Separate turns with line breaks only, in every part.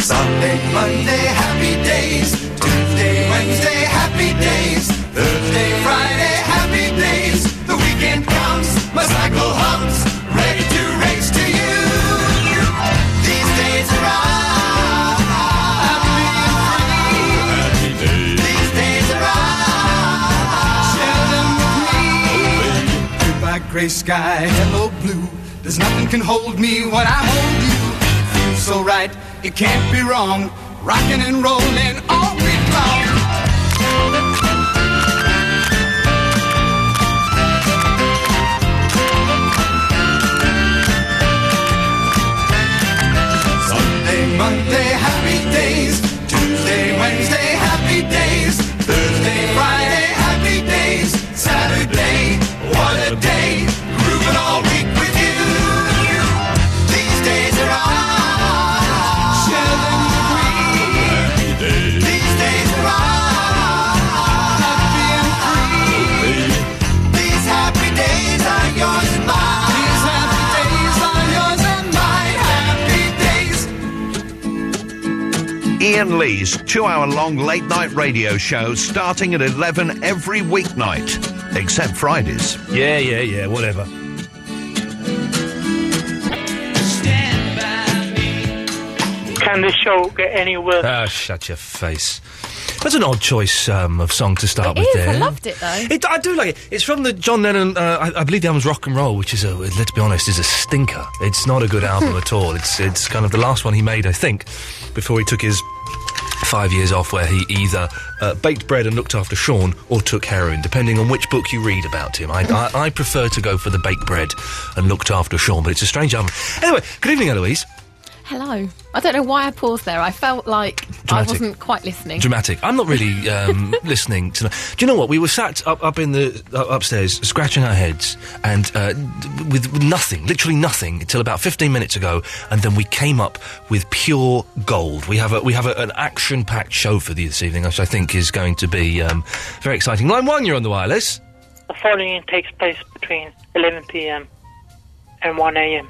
Sunday, Monday, happy days. Tuesday, Wednesday, happy days. Thursday, Friday, happy days. The weekend comes, my cycle hums, ready to race to you. These days are ours. These days are ours. Share them with me. Goodbye, gray sky, hello, blue. There's nothing can hold me when I hold you. Feels so right, it can't be wrong. Rocking and rolling all week long. Sunday, Monday, happy days. Tuesday, Wednesday, happy days. Thursday, Friday, happy days. Saturday, what a day. Grooving all week with you. These days are ours. Share them with me. These days are ours. Happy and free. These happy days are yours and mine. These happy days are yours and mine. Happy days.
Ian Lee's two hour long late night radio show starting at 11 every weeknight, except Fridays.
Yeah, yeah, yeah, whatever.
Can this show get any worse?
Ah, shut your face. That's an odd choice um, of song to start
It
with
is,
there.
I loved it, though.
It, I do like it. It's from the John Lennon, uh, I, I believe the album's Rock and Roll, which is, a, let's be honest, is a stinker. It's not a good album at all. It's, it's kind of the last one he made, I think, before he took his five years off where he either uh, baked bread and looked after Sean or took heroin, depending on which book you read about him. I, I, I prefer to go for the baked bread and looked after Sean, but it's a strange album. Anyway, good evening, Eloise.
Hello. I don't know why I paused there. I felt like
Dramatic.
I wasn't quite listening.
Dramatic. I'm not really um, listening to. Do you know what? We were sat up, up in the uh, upstairs, scratching our heads, and uh, d- with with nothing, literally nothing, until about 15 minutes ago, and then we came up with pure gold. We have a, we have a, an action-packed show for this evening, which I think is going to be um, very exciting. Line one, you're on the wireless.
The following takes place between 11 p.m. and 1 a.m.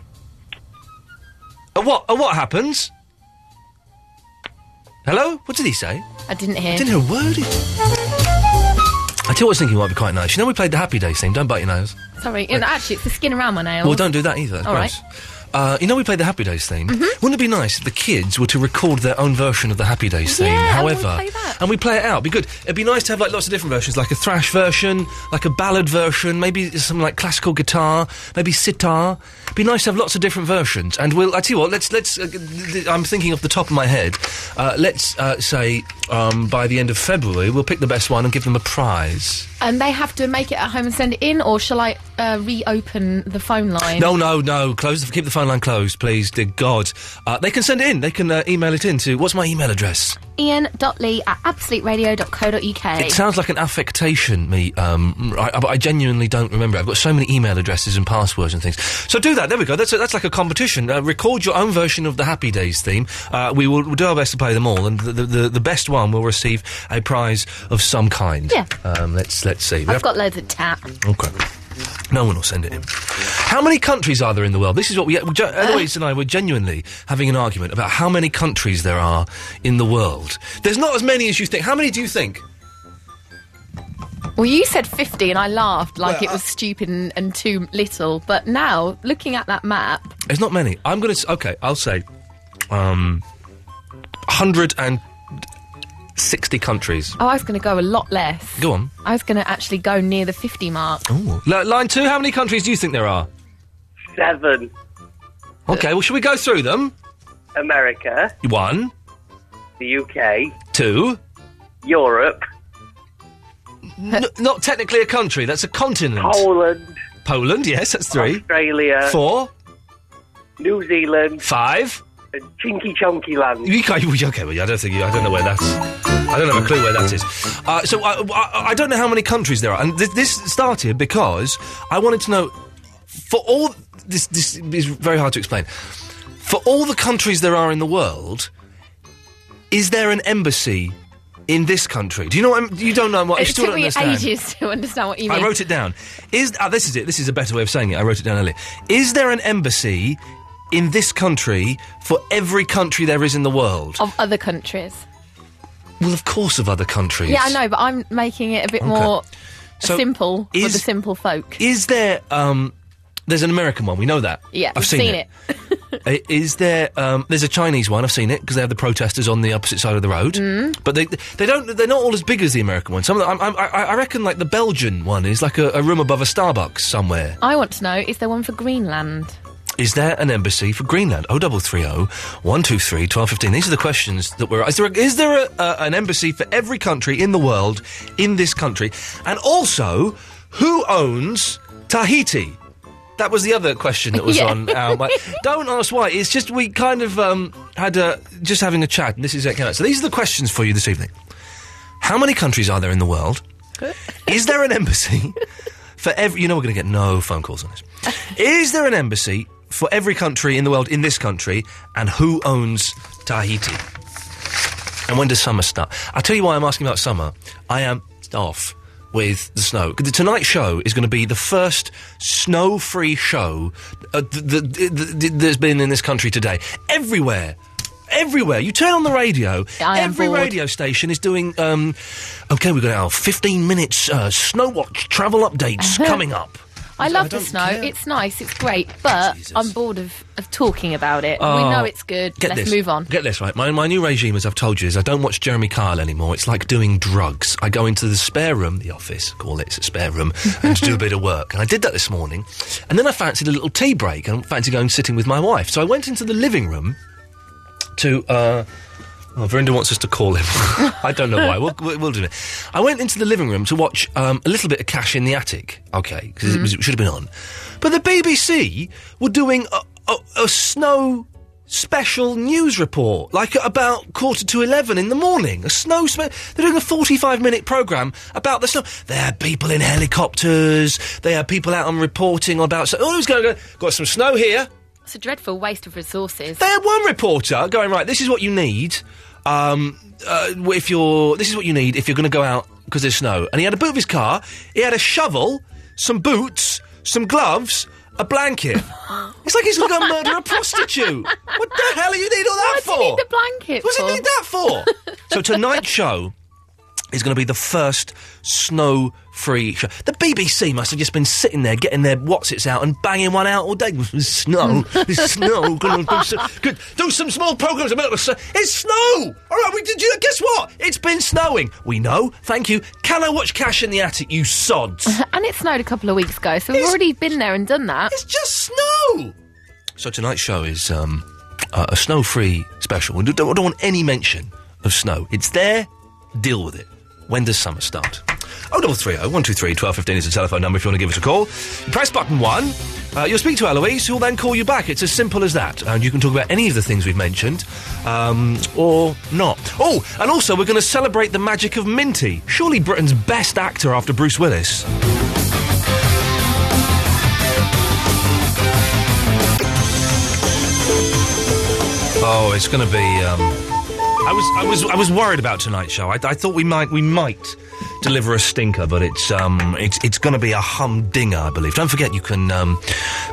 Uh, what? Uh, what happens? Hello. What did he say?
I didn't hear.
I didn't hear a word. I tell you what I was thinking might be quite nice. You know, we played the Happy Days theme. Don't bite your nails.
Sorry. No, actually, it's the skin around my nails.
Well, don't do that either. That's
All right. Mm-hmm.
gross. Uh, you know, we played the Happy Days theme. Wouldn't it be nice if the kids were to record their own version of the Happy Days theme?
Yeah, and we
However,
play that.
and we play it out. Be good. It'd be nice to have like lots of different versions, like a thrash version, like a ballad version, maybe some like classical guitar, maybe sitar. It'd be nice to have lots of different versions. And we'll. I tell you what. Let's let's. Uh, g- th- I'm thinking off the top of my head. Uh, let's uh, say um, by the end of February, we'll pick the best one and give them a prize.
And they have to make it at home and send it in, or shall I uh, reopen the phone line?
No, no, no. Close. The, keep the phone line closed, please. Dear God. Uh, they can send it in. They can uh, email it in to. What's my email address?
Ian.lee at absoluteradio.co.uk.
It sounds like an affectation, me. Um, I, I- but I genuinely don't remember. I've got so many email addresses and passwords and things. So do that. There we go. That's a, that's like a competition. Uh, record your own version of the Happy Days theme. Uh, we will we'll do our best to play them all, and the, the, the, the best one will receive a prize of some kind.
Yeah.
Um, let's let's see. We
I've
have-
got loads of tap.
Okay. No one will send it in. How many countries are there in the world? This is what we. we ge- Eloise and I were genuinely having an argument about how many countries there are in the world. There's not as many as you think. How many do you think?
Well, you said 50, and I laughed like
Well,
it was stupid and, and too little. But now, looking at that map,
There's not many. I'm going to. Okay, I'll say. Um. 160 countries.
oh, I was going to go a lot less.
Go on.
I was going to actually go near the 50 mark.
Ooh. Li- line two, how many countries do you think there are?
Seven.
Okay, well, should we go through them?
America,
One,
the UK,
two.
Europe,
N- not technically a country, that's a continent.
Poland,
Poland, yes, that's three.
Australia,
Four,
New Zealand,
five.
and Chinky Chonky Land.
You can't, you- okay, well, I don't think you, I don't know where that's. I don't have a clue where that is. Uh, so I, I, I don't know how many countries there are, and this, this started because I wanted to know. For all this, this is very hard to explain. For all the countries there are in the world, is there an embassy in this country? Do you know? What I'm, you don't know what? I
it
still
took
don't
me
understand.
ages to understand what you mean.
I wrote it down. Is ah, this is it? This is a better way of saying it. I wrote it down earlier. Is there an embassy in this country for every country there is in the world.
of other countries.
Well, of course, of other countries.
Yeah, I know, but I'm making it a bit
Okay.
more
So
simple for
is-
the simple folk.
Is there? Um, there's an American one. We know that.
Yeah,
I've
we've
seen,
seen
it. I- Is there? Um, there's a Chinese one. I've seen it because they have the protesters on the opposite side of the road. Mm. But they they don't they're not all as big as the American one. Some of them, I, I, I reckon like the Belgian one is like a, a room above a Starbucks somewhere.
I want to know: is there one for Greenland?
Is there an embassy for Greenland? Oh double three oh one two three twelve fifteen. These are the questions that we're. Is there a, is there a, a, an embassy for every country in the world in this country? And also, who owns Tahiti? That was the other question that was
Yeah.
on our. mi- Don't ask why. It's just we kind of um, had a, just having a chat, and this is it came out. So these are the questions for you this evening. How many countries are there in the world? Is there an embassy for every? You know we're going to get no phone calls on this. Is there an embassy for every country in the world in this country? And who owns Tahiti? And when does summer start? I'll tell you why I'm asking about summer. I am off with the snow. The Tonight Show is going to be the first snow free show uh, th- th- th- th- there's been in this country today. Everywhere. Everywhere. You turn on the radio,
I am
every
bored.
radio station is doing. Um, okay, we've got our 15 minutes uh, snow watch travel updates coming up.
I love the snow. It's nice. It's great, but I'm bored of, of talking about it. we
Oh,
know it's good.
Get
Let's
this.
move on.
Get this right. My, my new regime, as I've told you, is I don't watch Jeremy Kyle anymore. It's like doing drugs. I go into the spare room, the office, call it, it's a spare room, and do a bit of work. And I did that this morning. And then I fancied a little tea break and fancied going sitting with my wife. So I went into the living room to. Uh, Oh, Verinda wants us to call him. I don't know why. We'll, we'll we'll do it. I went into the living room to watch um, a little bit of Cash in the Attic. Okay, because it, was- it should have been on. But the BBC were doing a, a, a snow special news report, like at about quarter to eleven in the morning. A snow. Spe- they're doing a forty-five minute program about the snow. They had people in helicopters. They had people out on reporting about. So, oh, it's going. Got some snow here.
It's a dreadful waste of resources.
They had one reporter going right. This is what you need. Um, uh, if you're, this is what you need if you're going to go out because there's snow. And he had a boot of his car. He had a shovel, some boots, some gloves, a blanket. it's like he's going to go murder a prostitute. What the hell are you need all that
What
for?
do you need the blanket
What do
for?
you need that for? so tonight's show is going to be the first snow-free show. The BBC must have just been sitting there getting their watsits out and banging one out all day. snow, it's snow. Gonna do some- good. Do some small programs about the snow. It's snow. All right, we did you guess what? It's been snowing. We know. Thank you. Can I watch Cash in the Attic? You sods.
and it snowed a couple of weeks ago, so we've already been there and done that. It's
just snow. So tonight's show is um, uh, a snow-free special. We don't, don't want any mention of snow. It's there. Deal with it. When does summer start? Oh, double three oh one two three twelve fifteen is the telephone number if you want to give us a call. You press button one. Uh, you'll speak to Eloise, who'll then call you back. It's as simple as that. And you can talk about any of the things we've mentioned, um, or not. Oh, and also we're going to celebrate the magic of Minty, surely Britain's best actor after Bruce Willis. Oh, it's going to be. Um, I was, I was, I was worried about tonight's show. I, I thought we might, we might deliver a stinker, but it's, um, it's, it's going to be a humdinger, I believe. Don't forget, you can um,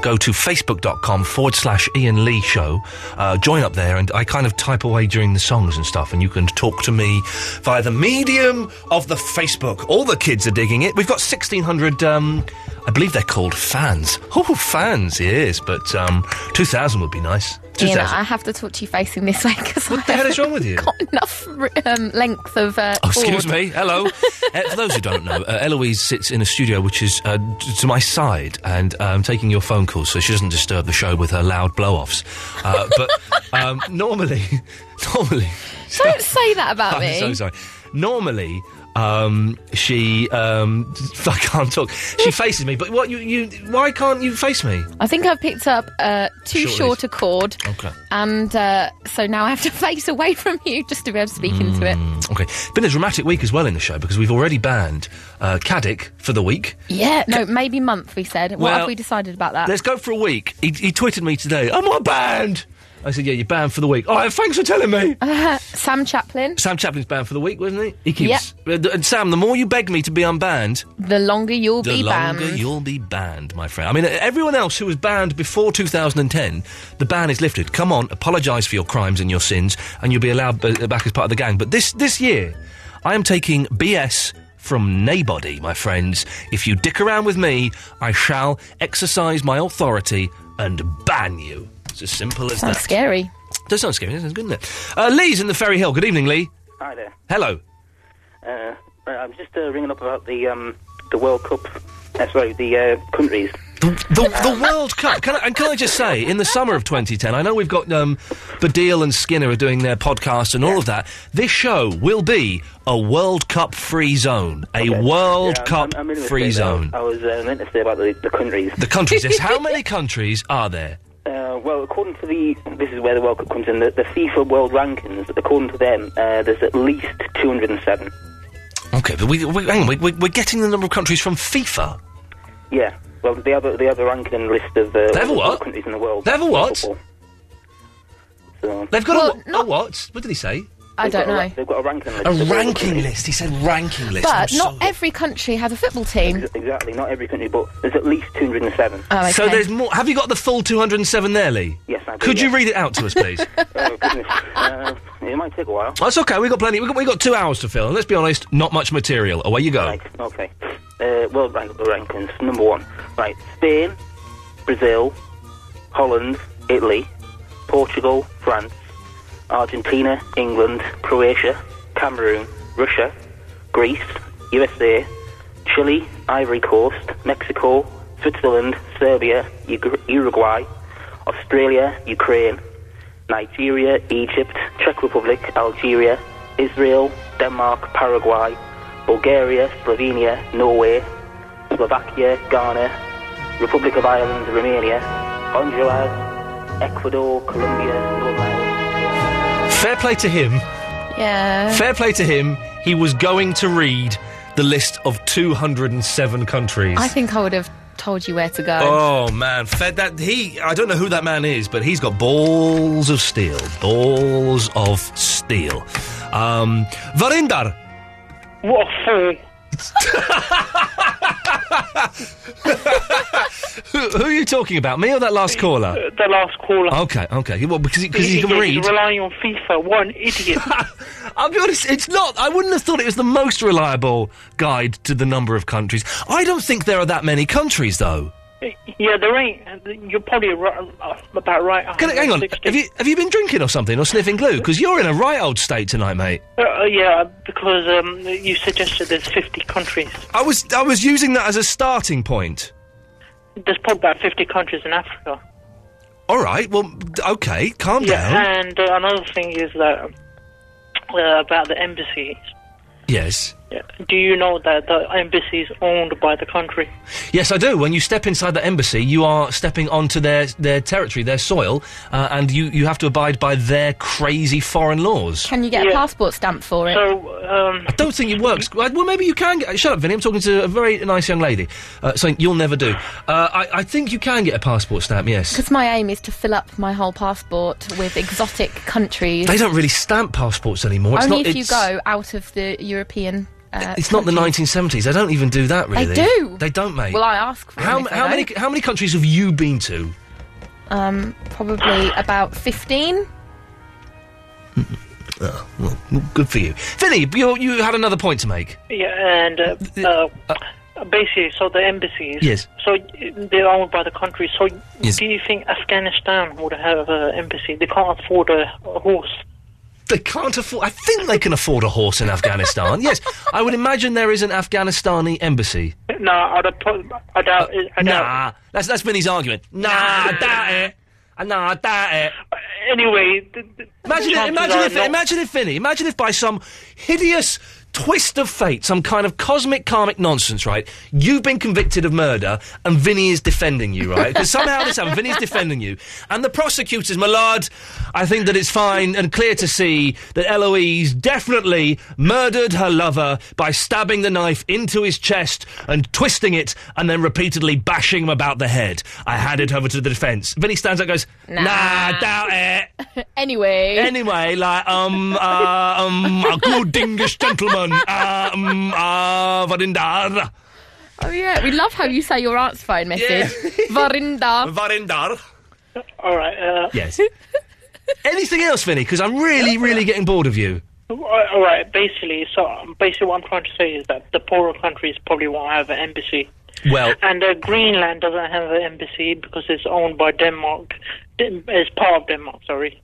go to facebook.com forward slash Ian Lee Show. Uh, join up there, and I kind of type away during the songs and stuff, and you can talk to me via the medium of the Facebook. All the kids are digging it. We've got sixteen hundred. Um, I believe they're called fans. Oh, fans, yes, but um, two thousand would be nice. Two
Ian,
thousand.
I have to talk to you facing this way because I
What the hell is wrong with you?
haven't enough um, length of. Uh,
Oh, excuse
board.
me. Hello. Uh, for those who don't know, uh, Eloise sits in a studio which is uh, d- to my side and um, taking your phone calls so she doesn't disturb the show with her loud blow offs. Uh, but um, normally, normally,
Don't say that about me.
I'm so sorry. Normally, um, she, um, I can't talk. She faces me, but what you, you, why can't you face me?
I think I've picked up uh, too
Shortly.
short a chord,
Okay.
and uh, so now I have to face away from you just to be able to speak into it.
Mm, okay. Been a dramatic week as well in the show because we've already banned uh, Caddick for the week.
Yeah, no, maybe month. We said. what
Well,
have we decided about that?
Let's go for a week. He, he tweeted me today, I'm not banned. I said, yeah, you're banned for the week. All right, thanks for telling me.
Sam Chaplin.
Sam Chaplin's banned for the week, wasn't he? He keeps.
Yep.
Uh, th- And Sam, the more you beg me to be unbanned,
The longer you'll
the
be
longer
banned.
you'll be banned, my friend. I mean, everyone else who was banned before 2010, the ban is lifted. Come on, apologise for your crimes and your sins, and you'll be allowed b- back as part of the gang. But this this year, I am taking BS from nobody, my friends. If you dick around with me, I shall exercise my authority and ban you. It's as simple as
Sounds
that.
scary.
Does sound scary. That sounds good, doesn't it? Uh, Lee's in the Ferry Hill. Good evening, Lee.
Hi there.
Hello.
Uh, right, I'm just uh, ringing up about the um, the World Cup. That's right, the uh, countries.
The, the World Cup. Can I, and can I just say, in the summer of 2010, I know we've got um, Badil and Skinner are doing their podcast and all of that. This show will be a World Cup free zone. A World
Yeah, I'm-
Cup
I'm- I'm meaning to
free
say that.
zone.
I was uh, meant to say about the, the countries.
The countries. yes, how many countries are there?
Uh, well, according to the, this is where the World Cup comes in. The, the FIFA World Rankings, according to them, uh, there's at least 207.
Okay, but we, we, hang on, we, we, we're getting the number of countries from FIFA.
Yeah. Well, they have a, they have a ranking list of uh,
They have a
all
what?
the countries in the world.
They have a
for
what?
football. So,
They've got a, wha- a what? What did he say?
I
they've
don't
got a ra-
know.
they've got a ranking list.
A
of all the
ranking
countries.
list. He said ranking list.
But
I'm
not
so-
every country has a football team.
Exactly, not every country, but there's at least 207.
Oh, okay.
So there's more. Have you got the full 207 there, Lee?
Yes, I do,
Could you
yeah.
read it out to us, please?
oh, goodness. Uh, it might take a while.
That's okay. We've got plenty. We've got, we got two hours to fill. And let's be honest, not much material. Away you go.
Right, okay. Uh, world rank, rankings, number one. Right, Spain, Brazil, Holland, Italy, Portugal, France, Argentina, England, Croatia, Cameroon, Russia, Greece, USA, Chile, Ivory Coast, Mexico, Switzerland, Serbia, Ugr- Uruguay, Australia, Ukraine, Nigeria, Egypt, Czech Republic, Algeria, Israel, Denmark, Paraguay, Bulgaria, Slovenia, Norway, Slovakia, Ghana, Republic of Ireland, Romania, Honduras, Ecuador, Colombia, Northern Ireland.
Fair play to him.
Yeah.
Fair play to him. He was going to read the list of 207 countries.
I think I would have told you where to go.
Oh man, fed that he. I don't know who that man is, but he's got balls of steel. Balls of steel. Um, Varinder.
What for?
Who, who are you talking about? Me or that last caller?
The last caller.
Okay, okay. Well, because he, cause he
He's
can read.
relying on FIFA. One idiot.
I'll be honest, it's not. I wouldn't have thought it was the most reliable guide to the number of countries. I don't think there are that many countries, though.
yeah, there ain't. You're probably uh, right, about right.
Can I, hang on,
160.
have you have you been drinking or something or sniffing glue? Because you're in a right old state tonight, mate.
Uh, yeah, because um, you suggested there's 50 countries.
I was I was using that as a starting point.
There's probably about 50 countries in Africa.
All right, well, d- okay, calm down.
And uh, another thing is that uh, about the embassies.
Yes,
Yeah. Do you know that the embassy is owned by the country?
yes, I do. When you step inside the embassy, you are stepping onto their their territory, their soil, uh, and you you have to abide by their crazy foreign laws.
Can you get a
Yeah.
passport stamp for it?
So, um,
Don't think it works. Well, maybe you can get. Shut up, Vinny. I'm talking to a very nice young lady. Uh, something you'll never do. Uh, I, I think you can get a passport stamp, yes.
Because my aim is to fill up my whole passport with exotic countries.
They don't really stamp passports anymore. It's
Only
not,
if you
it's-
go out of the European. Uh,
It's not the
countries.
1970s. They don't even do that, really.
They do.
They don't, mate.
Well, I ask for
how,
them if I
how
know.
many how many countries have you been to?
Um, probably about fifteen.
Uh, Well, good for you, Vinny. You you had another point to make.
yeah, and uh, uh, basically, so the embassies.
Yes.
So uh, they're owned by the country. So,
Yes.
do you think Afghanistan would have an embassy? They can't afford a, a horse.
They can't afford. I think they can afford a horse in Afghanistan. Yes, I would imagine there is an Afghanistani embassy.
No, I'd have put, I doubt. it I doubt.
Nah, that's that's Vinny's argument. Nah, I doubt it. Uh, Nah, I doubt it.
Anyway, th- th-
Imagine,
chances
imagine
are
if,
not-
imagine if Vinny, imagine if by some hideous twist of fate, some kind of cosmic karmic nonsense, right? You've been convicted of murder, and Vinny is defending you, right? Because somehow this happened. Vinny's defending you, and the prosecutors, my lord, I think that it's fine and clear to see that Eloise definitely murdered her lover by stabbing the knife into his chest and twisting it, and then repeatedly bashing him about the head. I hand it over to the defence. Vinny stands up, and goes,
Nah.
nah doubt it.
anyway.
Anyway, like, um, uh, um, a good English gentleman, uh, um, uh, Varindar.
oh yeah, we love how you say your aunt's phone message. Varinda.
Varindar.
All right. Uh,
Yes. Anything else, Vinny? Because I'm really, really getting bored of you.
all right. Basically, so um, basically, what I'm trying to say is that the poorer countries probably won't have an embassy,
Well,
and uh, Greenland doesn't have an embassy because it's owned by Denmark. Den- it's part of Denmark. Sorry.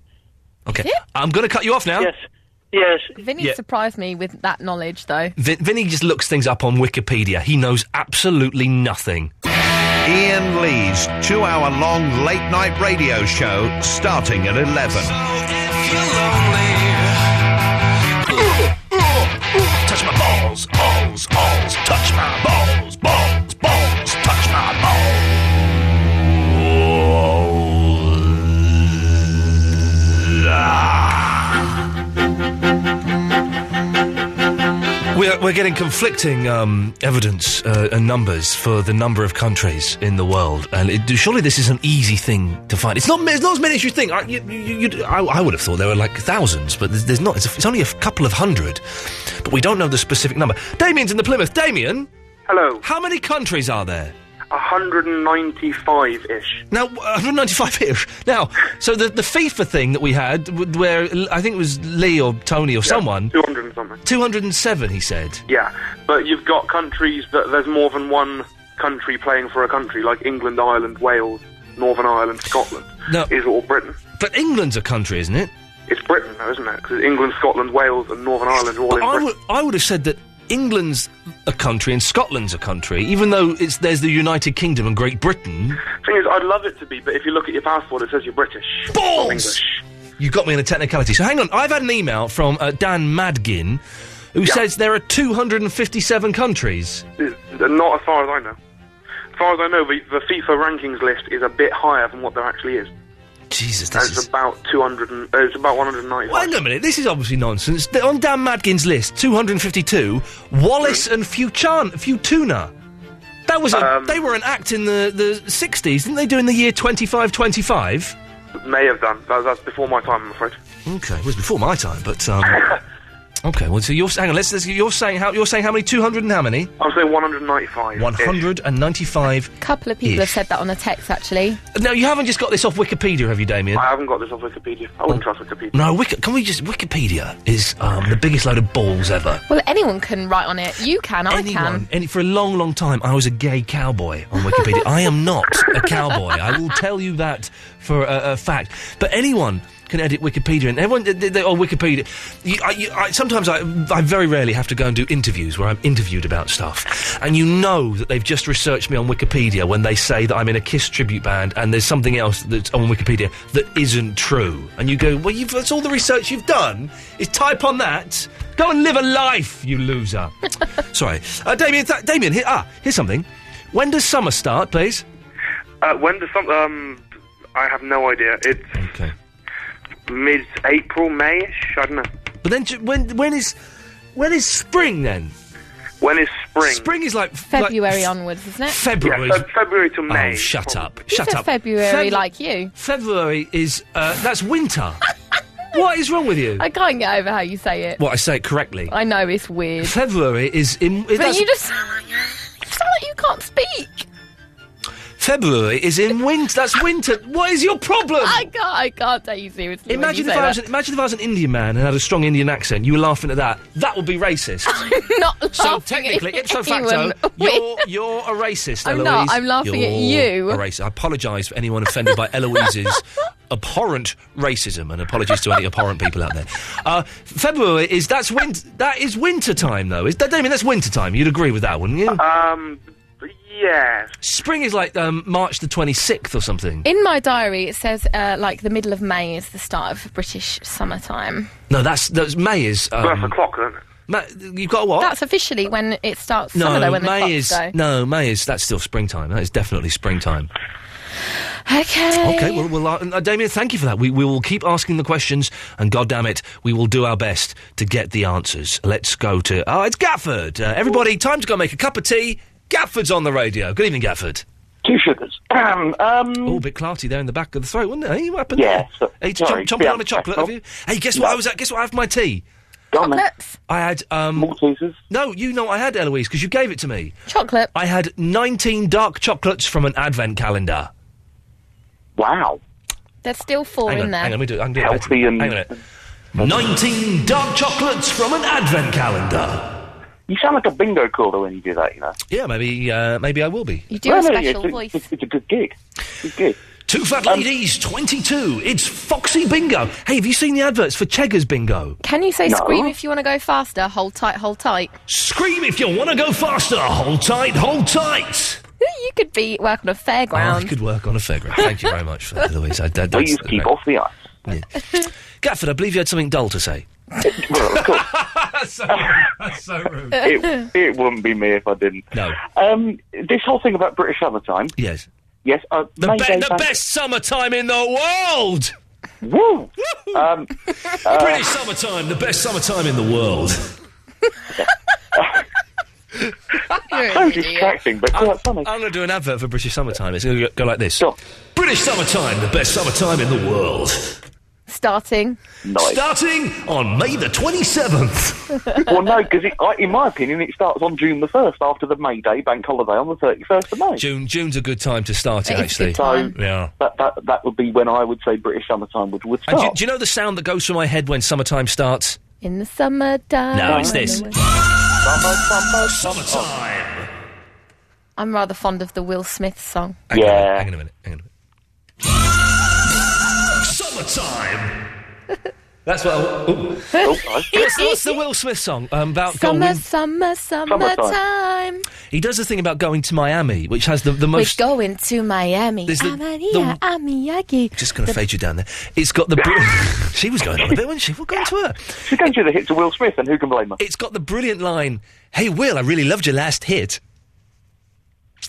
okay. I'm going to cut you off now.
Yes. Yes.
Vinny
Yeah.
surprised me with that knowledge, though.
Vin- Vinny just looks things up on Wikipedia. He knows absolutely nothing.
Ian Lee's two hour long late night radio show starting at 11.
Touch my balls, balls, balls. Touch my balls, balls, balls. Touch my balls. Ah. We're, we're getting conflicting um, evidence uh, and numbers for the number of countries in the world, and it, surely this is an easy thing to find. It's not it's not as many as you think. I, you, you, you'd- I, I would have thought there were like thousands, but there's, there's not. It's, it's only a couple of hundred, but we don't know the specific number. Damien's in the Plymouth. Damien,
Hello.
how many countries are there?
195 ish.
Now, 195 ish. Now, so the, the FIFA thing that we had, w- where I think it was Lee or Tony or someone,
200 and something.
207, he said.
Yeah. But you've got countries that there's more than one country playing for a country, like England, Ireland, Wales, Northern Ireland, Scotland.
No.
Israel, Britain.
But England's a country, isn't it?
It's Britain, though, isn't it? Because England, Scotland, Wales, and Northern Ireland are all in
I
Britain.
would, I would have said that England's a country and Scotland's a country, even though it's there's the United Kingdom and Great Britain.
Thing is, I'd love it to be, but if you look at your passport, it says you're British. not
Balls!
English.
You got me in a technicality. So hang on, I've had an email from uh, Dan Madgin, who says there are 257 countries.
Is- Not as far as I know. As far as I know, the, the FIFA rankings list is a bit higher than what there actually is.
Jesus, this
It's
is.
about 200. And, uh, it's about 195.
Well, hang on a minute, this is obviously nonsense. Th- On Dan Madgin's list, 252, Wallace and Fuchan, Futuna. That was a,
Hmm. Um,
they were an act in the, the 60s, didn't they do in the year 2525?
May have done. That, that's before my time, I'm afraid.
Okay, it was before my time, but um, okay. Well, so you're hang on. Let's, let's you're saying how you're saying how many? Two hundred and how many?
I'm saying 195. -ish.
One hundred and ninety-five.
A couple of people have
Ish.
said that on a text, actually.
Now you haven't just got this off Wikipedia, have you, Damien?
I haven't got this off Wikipedia. I wouldn't trust Wikipedia.
No, Wiki, can we just Wikipedia is um, the biggest load of balls ever.
Well, anyone can write on it. You can, I
Anyone,
can.
any, for a long, long time, I was a gay cowboy on Wikipedia. I am not a cowboy. I will tell you that for a, a fact. But anyone can edit Wikipedia, and everyone they, they, on Wikipedia. You, I, you, I, sometimes I, I very rarely have to go and do interviews where I'm interviewed about stuff, and you know that they've just researched me on Wikipedia when they say that I'm in a Kiss tribute band, and there's something else that's on Wikipedia that isn't true, and you go, well, you've, that's all the research you've done is type on that. Go and live a life, you loser. Sorry, uh, Damien. Th- Damien, here, ah, here's something. When does summer start, please?
Uh, when does some? Um, I have no idea. It's
Okay.
mid-April, Mayish. I don't know.
But then, ju- when when is when is spring then?
When is spring?
Spring is like like
February
f-
onwards, isn't it?
Yeah,
February.
Fe- February to May.
oh, shut up!
You
Shut
said
up!
February,
Feb-
like you.
February is uh, that's winter. what is wrong with you?
I can't get over how you say it.
Well, I say it correctly.
I know it's weird,
February is in.
but
that's-
you just sound like, you sound like you can't speak.
February is in winter. That's winter. What is your problem?
I can't. I can't take you seriously. when
Imagine
you
if,
say
I was an,
that.
imagine if I was an Indian man and had a strong Indian accent. You were laughing at that. That would be racist.
not laughing.
So
at
technically, ipso facto,
anyone.
you're, you're a racist,
I'm
Eloise.
not. I'm laughing at
You're
you.
A racist. I apologise for anyone offended by Eloise's abhorrent racism, and apologies to any abhorrent people out there. Uh, February is that's win- that is winter time though. Is that Damien? That's winter time. You'd agree with that, wouldn't you?
Um, yeah.
Spring is like um, March the twenty sixth or something.
In my diary, it says uh, like the middle of May is the start of British summertime.
No, that's that's May is.
That's a
Um,
clock, isn't it?
Ma- you've got a what?
That's officially when it starts
no,
summer, though, when
May
the
is
clocks go.
no May is that's still springtime. That is definitely springtime.
Okay.
Okay, well, well uh, uh, Damien, thank you for that. We, we will keep asking the questions, and God damn it, we will do our best to get the answers. Let's go to. Oh, it's Gatford. Uh, everybody, time to go make a cup of tea. Gatford's on the radio. Good evening, Gatford. Two sugars. um, oh, a bit clarty there in the back of the throat, wasn't it? Hey, what happened
Yeah,
there?
so-
Hey, chom-
sorry,
chomping
bit
on a chocolate, have you? Hey, guess what? I was at, guess what? I have for my tea.
Chocolates.
I had um, Maltesers. No, you know what I had, Eloise, because you gave it to me.
Chocolate.
I had 19 dark chocolates from an advent calendar. Wow.
There's still four
Hang on,
in there.
hang on, let me do it. I can do it better. Hang on a minute. 19 dark chocolates from an advent calendar.
You sound like a bingo caller when you do that, you know.
Yeah, maybe uh, maybe I will be.
You
do a Well, no, special it's a- voice.
It's, a good gig. Um, It's good. Two Fat Ladies, 22. It's Foxy Bingo. Hey, have you seen the adverts for Cheggers Bingo?
Can you say
No.
scream if you want to go faster? Hold tight, hold tight.
Scream if you want to go faster. Hold tight, hold tight.
You could be working a
Um,
fairground.
Oh, I could work on a fairground. Thank you very much for that, Louise. I, that,
Please
that's,
keep off
the ice. Gatford, I believe you had something dull to say. That's so rude.
it, it wouldn't be me if I didn't.
No.
Um, this whole thing about British summertime.
Yes.
Yes. Uh,
The,
May
be-
Day
the
Bank-
best summertime in the world.
Woo! um,
British summertime, the best summertime in the world.
so distracting, but
I'm,
quite funny.
I'm going to do an advert for British summertime. It's going to go like this: British summertime, the best summertime in the world.
Starting.
Starting on May the twenty seventh.
well, no, because in my opinion, it starts on June the first after the May Day bank holiday on the thirty first of May.
June June's a good time to start it,
It is Oh. a
actually.
good time.
Yeah.
That, that that would be when I would say British summertime would would
And
start.
do, do you know the sound that goes through my head when summertime starts?
In the summertime.
No, it's this.
Summertime.
I'm rather fond of the Will Smith song.
Hang yeah. hang on a minute. Hang on a minute.
Summertime.
That's what. I, ooh.
Oh,
what's, what's the Will Smith song um, about
Summer,
going?
summer, summertime.
He does the thing about going to Miami, which has the, the most.
We're going to Miami.
There's the-
Amaria, Amiyagi.
Just going to fade you down there. It's got the. Br- she was going on a bit, wasn't she? We're going to her.
She's going to the hit to Will Smith, and who can blame her?
It's got the brilliant line, "Hey Will, I really loved your last hit."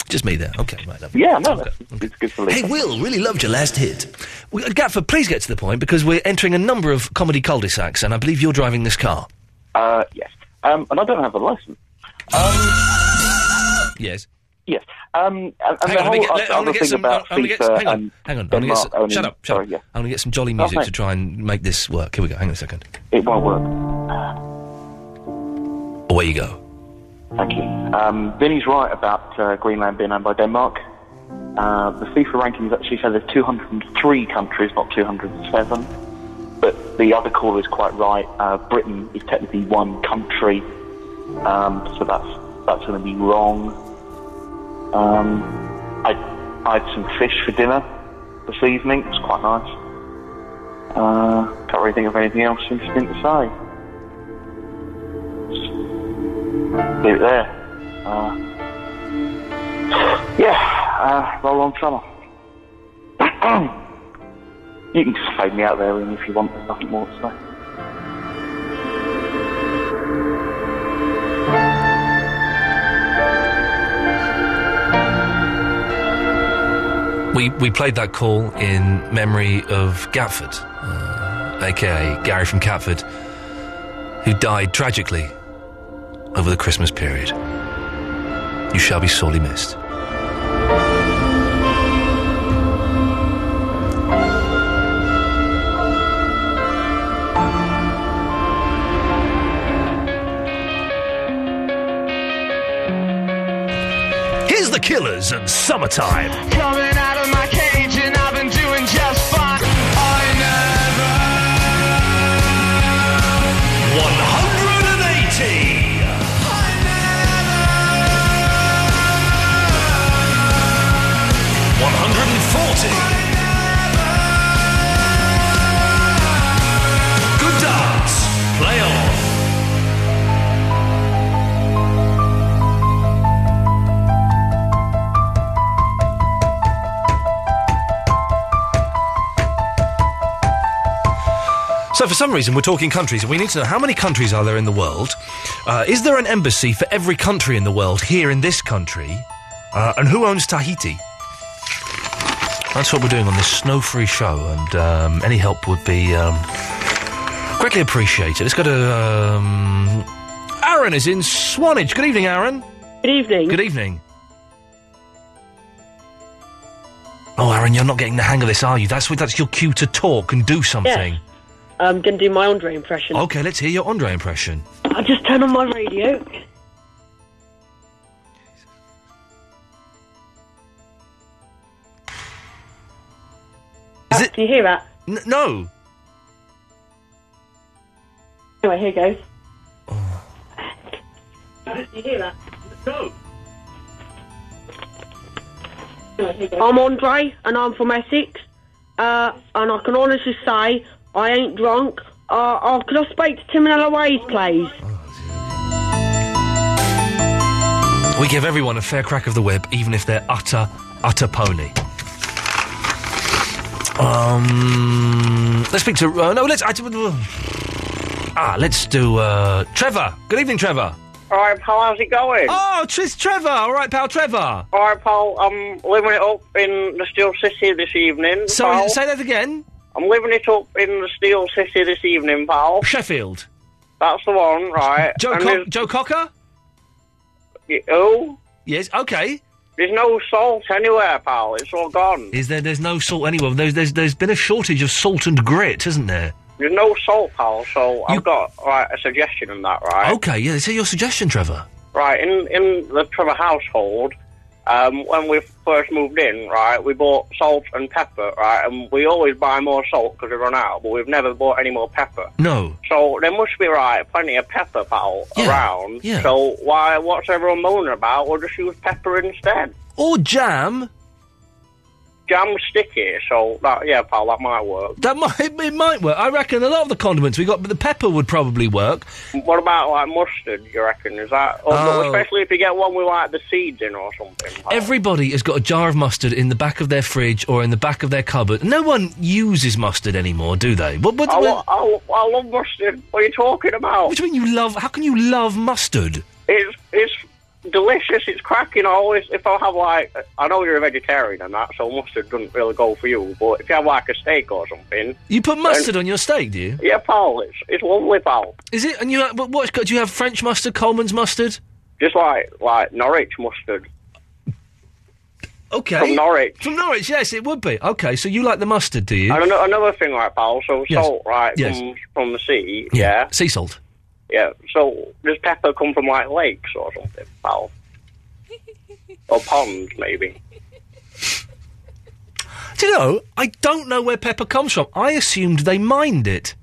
Just me there. Okay, right. Lovely.
Yeah, no, that's, it's good for
Hey
Lisa.
Will, really loved your last hit. We- uh, Gatford, please get to the point because we're entering a number of comedy cul-de-sacs, and I believe you're driving this car.
Uh, yes. Um, and I don't have a license. Um,
Yes.
Yes. Um, and, and
Hang
the
on, let
whole
me get- let-
other
I'm gonna
thing
get some. I'm
about
gonna get
FIFA
some. Hang
and
on, hang on. I'm gonna get
Denmark
some. Shut
owning-
up, shut
sorry,
up.
yeah.
I'm gonna get some jolly music
thanks.
to try and make this work. Here we go. Hang on a second.
It won't work.
Away you go.
Thank you. Um, Vinny's right about uh, Greenland being owned by Denmark. Uh, the FIFA rankings actually say there's 203 countries, not 207. But the other caller is quite right. Uh, Britain is technically one country, um, so that's that's going to be wrong. Um, I I had some fish for dinner this evening. It was quite nice. Uh, can't really think of anything else interesting to say. Leave it there. Uh, yeah, uh, roll on summer. you can just fade me out there, and if you want, there's nothing more to say.
We we played that call in memory of Gatford, uh, aka Gary from Catford, who died tragically over the Christmas period. You shall be sorely missed. Here's the Killers and Summertime.
Coming out of my cage and I've been doing just fine. I never.
180.
One hundred and forty. Good dance. Play on.
for some reason, we're talking countries. We need to know how many countries are there in the world? Uh, is there an embassy for every country in the world here in this country? Uh, and who owns Tahiti? That's what we're doing on this snow-free show, and um, any help would be um, greatly appreciated. Let's go to um, Aaron is in Swanage. Good evening, Aaron.
Good evening.
Good evening. Oh, Aaron, you're not getting the hang of this, are you? That's that's your cue to talk and do something.
I'm going to do my Andre impression.
Okay, let's hear your Andre impression.
I'll just turn on my radio. Do you hear that?
N- no.
Anyway, here goes. Do you hear that?
No.
I'm Andre, and I'm from Essex. Uh, and I can honestly say I ain't drunk. Uh, oh, could I speak to Tim and Ella Ways, please?
We give everyone a fair crack of the whip, even if they're utter, utter pony. Um, let's speak to. Uh, no, let's. I, ah, let's do uh, Trevor. Good evening, Trevor.
All right, Paul, how's it going?
Oh, it's Trevor. All right, pal, Trevor.
All right, Paul, I'm living it up in the Steel City this evening.
Sorry,
pal.
say that again.
I'm living it up in the Steel City this evening, pal.
Sheffield.
That's the one, right.
Joe,
And
Co- Joe Cocker.
there's- Oh?
Yes, okay.
There's no salt anywhere, pal. It's all gone.
Is there? There's no salt anywhere. There's there's there's been a shortage of salt and grit, isn't there?
There's no salt, pal, so I've got right, a suggestion on that, right?
Okay, yeah. Let's hear your suggestion, Trevor.
Right, in, in the Trevor household, um, when we first moved in, right, we bought salt and pepper, right, and we always buy more salt because we run out, but we've never bought any more pepper.
No.
So there must be right plenty of pepper pal around.
yeah.
So why what's everyone moaning about? We'll just use pepper instead.
Or jam.
Jam's sticky, so that yeah, pal, that might work.
That might it, it might work. I reckon a lot of the condiments we got, but the pepper would probably work.
What about like mustard? You reckon is that? Or,
Oh.
Especially if you get one with like the seeds in or something.
Everybody has got a jar of mustard in the back of their fridge or in the back of their cupboard. No one uses mustard anymore, do they? What? What?
I,
what-
lo- I, lo- I love mustard. What are you talking about?
what do you mean you love? How can you love mustard?
It's it's delicious. It's cracking. I always if I have like I know you're a vegetarian and that, so mustard doesn't really go for you. But if you have like a steak or something,
You put mustard on your steak, do you?
Yeah, pal, it's, it's lovely, pal.
Is it? And you what, what? Do you have French mustard, Coleman's mustard?
Just like like Norwich mustard.
Okay.
From Norwich.
From Norwich, yes, it would be. Okay, so you like the mustard, do you?
And ano- another thing, right, pal, so
Yes.
salt, right,
Yes.
comes from the sea,
yeah. Sea salt.
yeah, so does pepper come from, like, lakes or something, pal? or ponds, maybe?
Do you know? I don't know where pepper comes from. I assumed they mined it.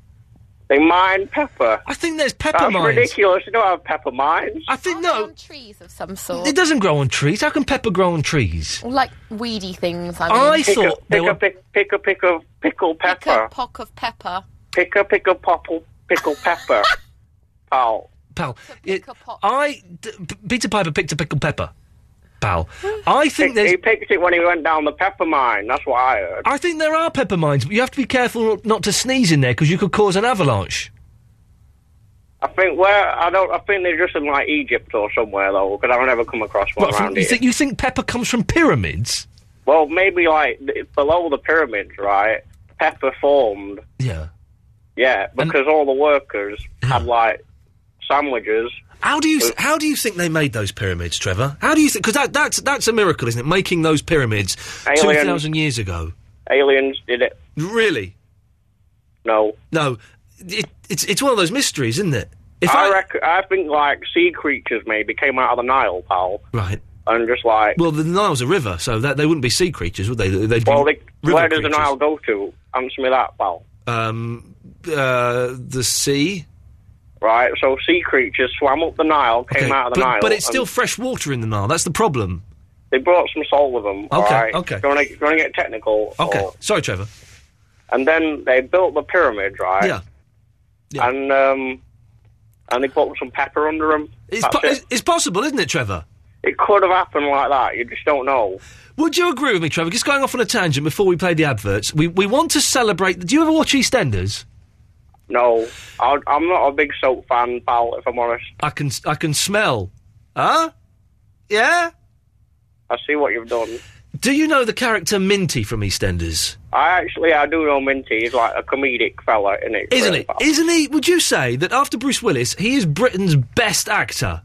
They mine pepper.
I think there's pepper
That's
mines.
ridiculous, you don't have pepper mines.
I think, no.
Trees of some sort.
It doesn't grow on trees. How can pepper grow on trees?
Or like weedy things. I, mean.
I
pick
thought
A,
they
pick,
were.
Pick a pick of pickle pepper.
a pock of pepper.
Pick a pick of popple pickle pepper, pal.
Pal, it, I d- P- Peter Piper picked a pickled pepper. Pal, I think
he, he picked it when he went down the pepper mine. That's what I heard.
I think there are pepper mines, but you have to be careful not- not to sneeze in there because you could cause an avalanche.
I think where I don't. I think they're just in like Egypt or somewhere though, because I've never come across one
What, from-
around
you
here.
think you think pepper comes from pyramids?
Well, maybe like th- below the pyramids, right? Pepper formed.
Yeah.
Yeah, because all the workers had like sandwiches.
How do you
Uh,
how do you think they made those pyramids, Trevor? How do you think? Because that, that's that's a miracle, isn't it? Making those pyramids two
Alien.
thousand years ago.
Aliens did it.
Really?
No.
No. It, it's it's one of those mysteries, isn't it? If
I, reckon, I think like sea creatures maybe came out of the Nile, pal,
Right.
and just like
Well, the Nile's a river, so that they wouldn't be sea creatures, would they? They'd be
well, they,
river
where does the
creatures.
Nile go to? Answer me that, pal.
Um, uh, the sea.
Right, so sea creatures swam up the Nile, came
Okay,
out of the
but,
Nile,
but it's still
and
fresh water in the Nile. That's the problem.
they brought some salt with them.
Okay,
alright?
okay.
Do you want to get technical?
Okay.
or-
Sorry, Trevor.
and then they built the pyramid, right?
Yeah.
And um, and they put some pepper under them.
It's, po- it's, it's possible, isn't it, Trevor?
It could have happened like that. You just don't know.
Would you agree with me, Trevor? Just going off on a tangent before we play the adverts, we, we want to celebrate. Do you ever watch EastEnders?
No, I, I'm not a big soap fan, pal. If I'm honest,
I can I can smell. Huh? Yeah.
I see what you've done.
Do you know the character Minty from EastEnders?
I actually I do know Minty. He's like a comedic fella, isn't it?
Isn't it? Isn't he? Would you say that after Bruce Willis, he is Britain's best actor?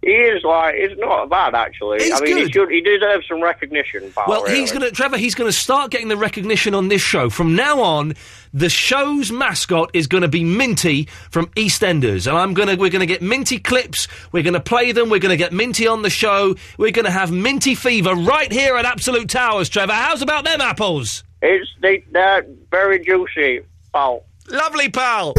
He is like it's not bad actually.
He's
I mean,
good.
he should he deserves some recognition, pal.
well,
really.
he's going to Trevor. He's going to start getting the recognition on this show from now on. The show's mascot is going to be Minty from EastEnders, and I'm going to we're going to get Minty clips. We're going to play them. We're going to get Minty on the show. We're going to have Minty fever right here at Absolute Towers. Trevor, how's about them apples?
It's they, they're very juicy, pal.
Lovely, pal.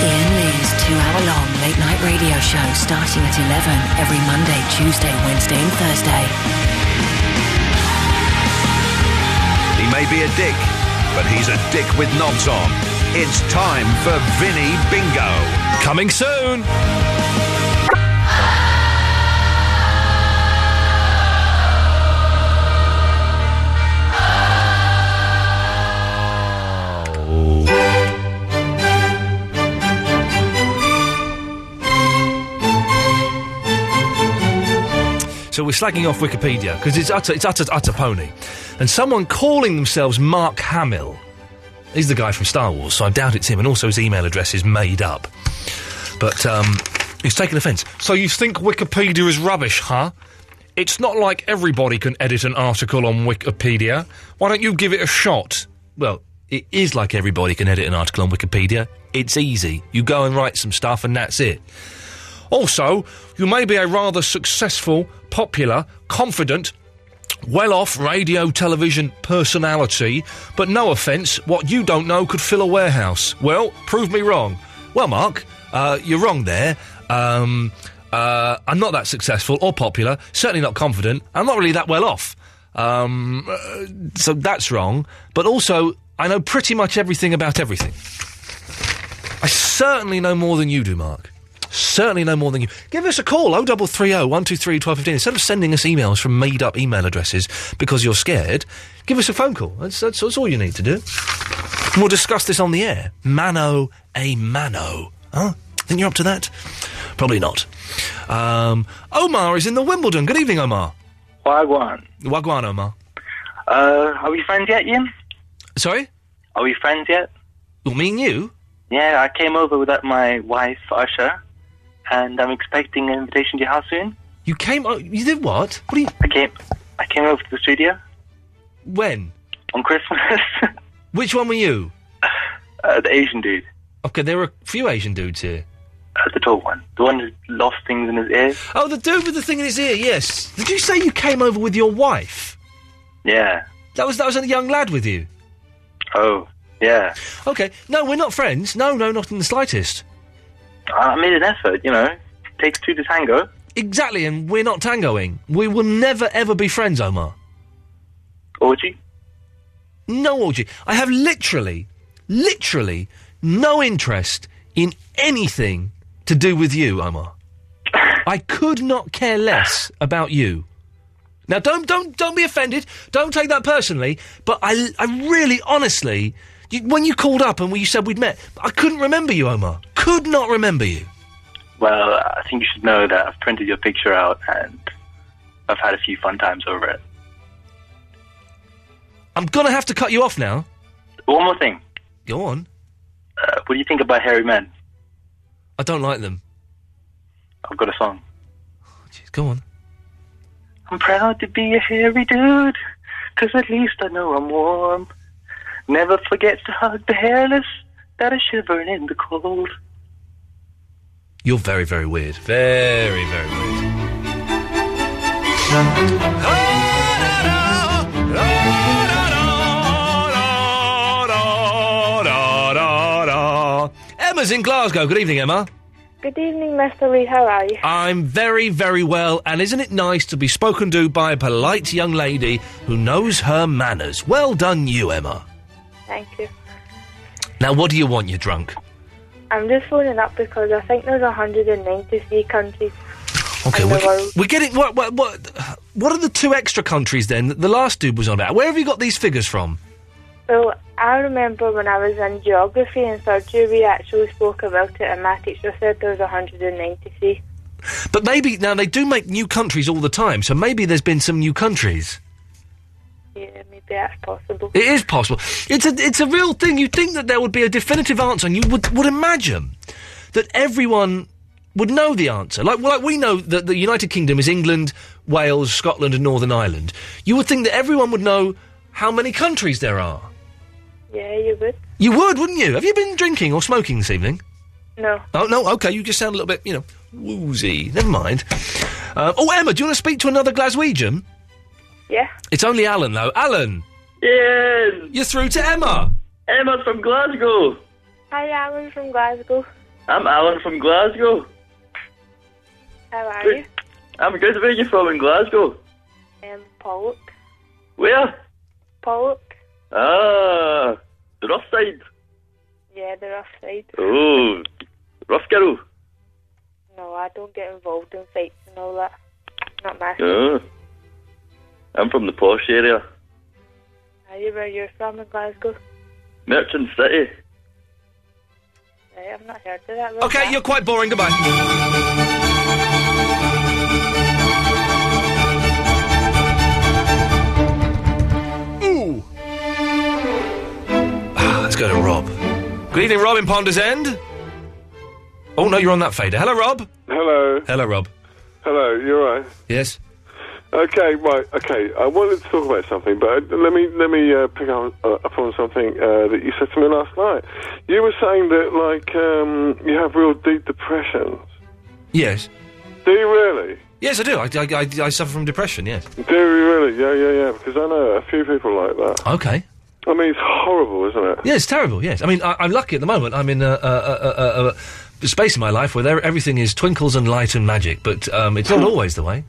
Ian Lee's two hour long late night radio show starting at 11 every Monday, Tuesday, Wednesday, and Thursday.
He may be a dick, but he's a dick with knobs on. It's time for Vinny Bingo.
Coming soon. So we're slagging off Wikipedia because it's utter, it's utter, utter pony. And someone calling themselves Mark Hamill, he's the guy from Star Wars, so I doubt it's him. And also his email address is made up. But um, he's taken offence. So you think Wikipedia is rubbish, huh? It's not like everybody can edit an article on Wikipedia. Why don't you give it a shot? Well, it is like everybody can edit an article on Wikipedia. It's easy. You go and write some stuff, and that's it. Also, you may be a rather successful, popular, confident, well off radio television personality, but no offence, what you don't know could fill a warehouse. Well, prove me wrong. Well, Mark, uh, you're wrong there. Um, uh, I'm not that successful or popular, certainly not confident, I'm not really that well off. Um, uh, so that's wrong, but also, I know pretty much everything about everything. I certainly know more than you do, Mark. Certainly no more than you. Give us a call, 0330 123 1215. Instead of sending us emails from made up email addresses because you're scared, give us a phone call. That's, that's, that's all you need to do. And we'll discuss this on the air. Mano a mano. Huh? Think you're up to that? Probably not. Um, Omar is in the Wimbledon. Good evening, Omar.
Wagwan.
Wagwan, Omar.
Uh, are we friends yet, Ian?
Sorry?
Are we friends yet?
Well, me and you?
Yeah, I came over without my wife, Usher, and I'm expecting an invitation to your house soon.
You came. o you did what? What do you?
I came. I came over to the studio
When?
on Christmas.
Which one were you?
uh, the Asian dude,
Okay, there are a few Asian dudes here.
uh, the tall one, the one who lost things in his ears.
Oh, the dude with the thing in his ear. Yes. Did you say you came over with your wife?
Yeah.
That was that was a young lad with you.
Oh, yeah.
Okay. No, we're not friends. No, no, not in the slightest.
I I made an effort, you know. Takes two to tango.
Exactly, and we're not tangoing. We will never ever be friends, Omar.
Orgy?
No orgy. I have literally, literally no interest in anything to do with you, Omar. I could not care less about you. Now, don't don't don't be offended. Don't take that personally. But I I really honestly, you, when you called up and when you said we'd met, I couldn't remember you, Omar. Could not remember you.
Well, I think you should know that I've printed your picture out and I've had a few fun times over it.
I'm gonna have to cut you off now.
One more thing.
Go on.
Uh, what do you think about hairy men?
I don't like them.
I've got a song.
Go on.
I'm proud to be a hairy dude, 'cause at least I know I'm warm. Never forget to hug the hairless that are shivering in the cold.
You're very very weird. Very very weird. Emma's in Glasgow. Good evening, Emma.
Good evening, Mr. Lee. How are you?
I'm very, very well, and isn't it nice to be spoken to by a polite young lady who knows her manners? Well done, you, Emma.
Thank you.
Now, what do you want, you drunk?
I'm just phoning up because I think there's 193 countries
Okay,
in the
we're,
world.
we're getting. What, what, what, what are the two extra countries then that the last dude was on about? Where have you got these figures from?
So I remember when I was in geography in surgery, we actually spoke about it, and my teacher said there was 193.
But maybe now they do make new countries all the time, so maybe there's been some new countries.
Yeah, maybe that's possible.
It is possible. It's a it's a real thing. You'd think that there would be a definitive answer, and you would would imagine that everyone would know the answer. Like like we know that the United Kingdom is England, Wales, Scotland, and Northern Ireland. You would think that everyone would know how many countries there are.
Yeah, you would.
You would, wouldn't you? Have you been drinking or smoking this evening?
No.
Oh no, okay. You just sound a little bit, you know, woozy. Never mind. Uh, oh, Emma, do you want to speak to another Glaswegian?
Yeah.
It's only Alan though. Alan,
Yes,
you're through to Emma.
Emma from Glasgow.
Hi, Alan from Glasgow.
I'm Alan from Glasgow.
How are you?
I'm good. Where are you from in Glasgow?
Um, Pollock.
Where?
Pollock.
Ah, the rough side.
Yeah, the rough side.
Oh, rough girl.
No, I don't get involved in fights and all that. Not my thing.
Oh. I'm from the posh area,
Are you where you're from in Glasgow?
Merchant City.
Right, I've not heard of that.
Okay, you're quite boring. Goodbye. Ah, Ooh. Ah, let's go to Rob. Good evening, Rob in Ponder's End. Oh no, you're on that fader. Hello, Rob.
Hello.
Hello, Rob.
Hello, you're right.
Yes.
Okay, right. Okay, I wanted to talk about something, but uh, let me let me uh, pick up, uh, up on something uh, that you said to me last night. You were saying that like um, you have real deep depressions.
Yes.
Do you really?
Yes, I do. I, I, I, I suffer from depression. Yes.
Do you really? Yeah, yeah, yeah. Because I know a few people like that.
Okay.
I mean, it's horrible, isn't it?
Yeah, it's terrible. Yes, I mean, I, I'm lucky at the moment. I'm in a, a, a, a, a space in my life where there, everything is twinkles and light and magic, but um, it's not always the way.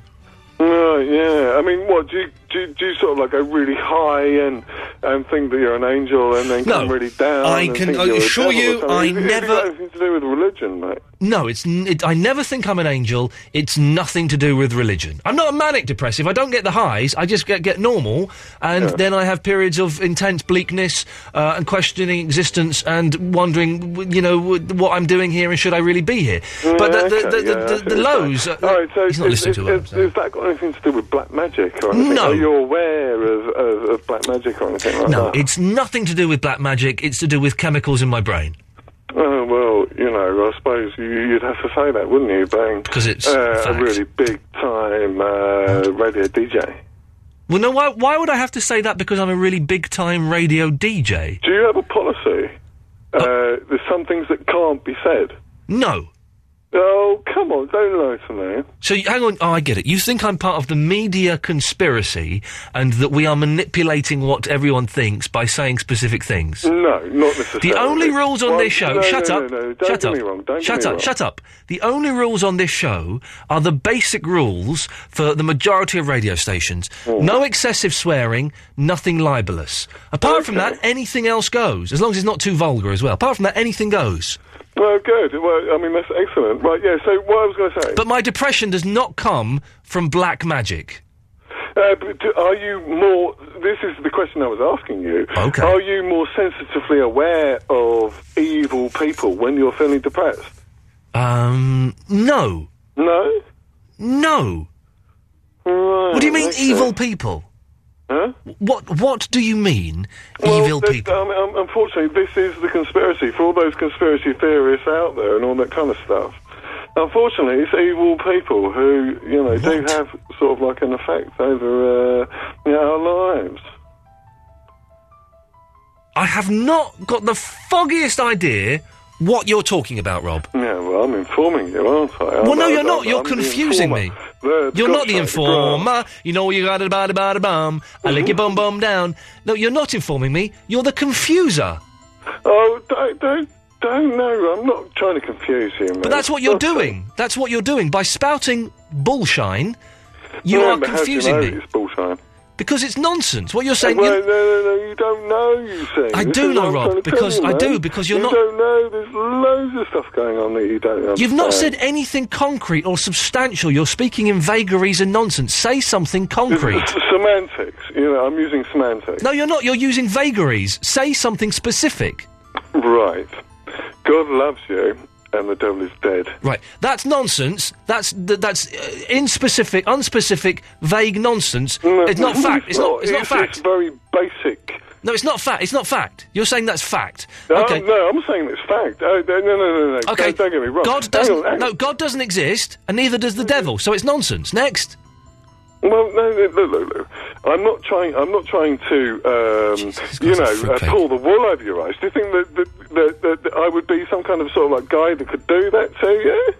No, yeah. I mean, what do you do? You, do you sort of like go really high and and think that you're an angel, and then
No.
come really down?
I
and
can-
think
I
you're a
assure
devil or
you,
something?
I
It's- it's
never-
got anything to do with religion, mate.
No, it's. N- it, I never think I'm an angel. It's nothing to do with religion. I'm not a manic depressive. I don't get the highs. I just get, get normal, and
Yeah.
then I have periods of intense bleakness uh, and questioning existence and wondering, w- you know, w- what I'm doing here and should I really be here? but the, the, the, the, the, the lows. uh,
All right, so
he's not
is,
listening
is,
to what I'm
is, is that got anything to do with black magic or anything?
No.
Are you aware of, of, of black magic or anything like
No,
that?
it's nothing to do with black magic. It's to do with chemicals in my brain.
Oh, well, you know, I suppose you, you'd have to say that, wouldn't you, being
'Cause it's
uh,
fact.
a really big time uh, radio DJ?
Well, no, why, why would I have to say that? Because I'm a really big time radio DJ.
Do you have a policy? Uh, there's some things that can't be said.
No.
Oh, come on, don't lie to me.
So you- hang on. Oh, I get it. You think I'm part of the media conspiracy and that we are manipulating what everyone thinks by saying specific things.
No, not necessarily.
The only rules on
Well,
this show.
no,
shut
no,
up.
No, no, don't
shut
get
up.
me wrong. Don't get
shut
me
up.
wrong.
Shut up. The only rules on this show are the basic rules for the majority of radio stations. No excessive swearing. Nothing libelous. Apart from that, anything else goes. As long as it's not too vulgar as well. Apart from that, anything goes.
Well, good. Well, I mean, that's excellent. Right, yeah, so what I was going to say.
But my depression does not come from black magic.
Uh, but do- are you more? This is the question I was asking you.
Okay.
Are you more sensitively aware of evil people when you're feeling depressed?
Um, no.
No.
No. what do you mean,
okay.
evil people?
Huh?
What What do you mean, evil
this-
people?
Um, um, unfortunately, this is the conspiracy for all those conspiracy theorists out there and all that kind of stuff. Unfortunately, it's evil people who, you know, do have sort of like an effect over uh, you know, our lives.
I have not got the foggiest idea what you're talking about, Rob.
Yeah, well, I'm informing you, aren't I? I'm-
well, no,
I'm-
you're not.
I'm-
You're
I'm the
confusing me.
informer. The-
You're not the
gotcha,
informer. You know you got it about about a bum. I lick your bum bum down. No, you're not informing me. You're the confuser.
Oh, don't, don't, don't know. I'm not trying to confuse you, mate.
But that's what you're doing. That's what you're doing by spouting bullshine. You
No,
are
but how do
confusing
you know
me.
It's bullshine.
Because it's nonsense. What you're saying.
Well,
you-
no, no, no, you don't know, you see.
I
This
do
is
know,
what I'm
Rob,
trying to tell
because
you,
I
man.
do, because you're
You
not-
don't know, there's loads of stuff going on that you don't know.
You've not said anything concrete or substantial. You're speaking in vagaries and nonsense. Say something concrete.
Semantics, you know, I'm using semantics.
no, you're not. You're using vagaries. Say something specific.
Right. God loves you, and the devil is dead.
Right. That's nonsense. That's th- that's uh, inspecific, unspecific, vague nonsense. it's not fact. It's not. It's not fact.
Mm. Mm-hmm. It's very basic.
No, it's not fact. It's not fact. You're saying that's fact.
No,
okay.
oh, no, I'm saying it's fact. Oh, no, no, no, no, no.
Okay.
Don't, don't get me wrong.
God
Hang
doesn't.
on, hang on.
No, God doesn't exist, and neither does the devil. So it's nonsense. Next.
Well, no, no, no, no, no. I'm not trying. I'm not trying to, um, you know, uh, pull the wool over your eyes. Do you think that, that, that, that, that I would be some kind of sort of like guy that could do that to you?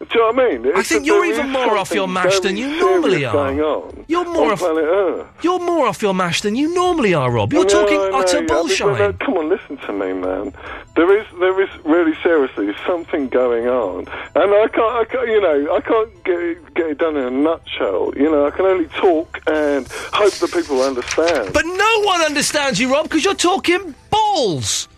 Do you know what I mean?
I
It's
think
that
you're
there
even
is
more off your
something
mash than
very
you
serious
normally are.
Going on
You're more
on
off-
planet Earth.
You're more off your mash than you normally are, Rob. Oh, You're
No,
talking
no,
utter
yeah, but-
bullshine.
but come on, listen to me, man. There is, there is really seriously something going on, and I can't, I can't you know, I can't get it, get it done in a nutshell. You know, I can only talk and hope that people understand.
But no one understands you, Rob, because you're talking balls.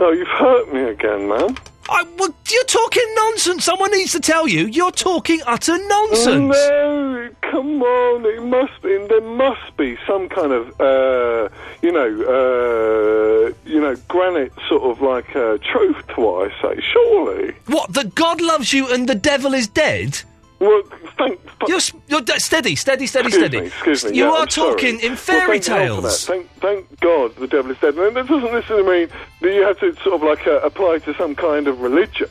No, you've hurt me again, man.
I, well, you're talking nonsense. Someone needs to tell you you're talking utter nonsense.
No, come on! It must be. There must be some kind of, uh, you know, uh, you know, granite sort of like uh, truth to what I say. Surely.
What? That God loves you and the devil is dead?
Well, thank.
You're, s- you're de- steady, steady, steady,
excuse
steady.
Me, excuse me.
You
yeah,
are
I'm
talking
sorry.
in fairy
well, thank God for that.
tales.
Thank, thank God the devil is dead. And that doesn't necessarily mean that you have to sort of like uh, apply to some kind of religion.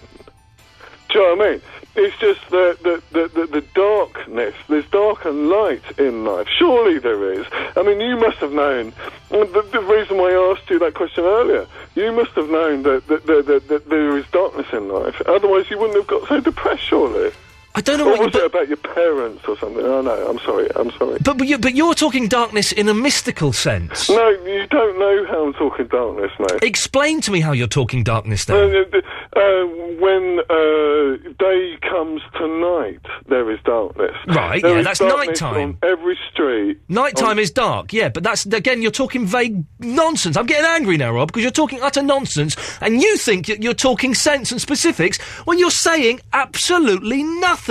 Do you know what I mean? It's just the, the, the, the, the darkness. There's dark and light in life. Surely there is. I mean, you must have known. The, the reason why I asked you that question earlier, you must have known that, that, that, that, that there is darkness in life. Otherwise, you wouldn't have got so depressed, surely.
I don't know
or
what you-
was it about your parents or something. Oh no, I'm sorry. I'm sorry.
But, but, you, but you're talking darkness in a mystical sense.
No, you don't know how I'm talking darkness, mate.
Explain to me how you're talking darkness
Uh,
then.
uh, when uh, day comes to night, there is darkness.
Right,
There
yeah,
is
that's
darkness
nighttime.
On every street.
Nighttime is dark, yeah, but that's, again, you're talking vague nonsense. I'm getting angry now, Rob, because you're talking utter nonsense, and you think that you're talking sense and specifics when you're saying absolutely nothing.
Oh,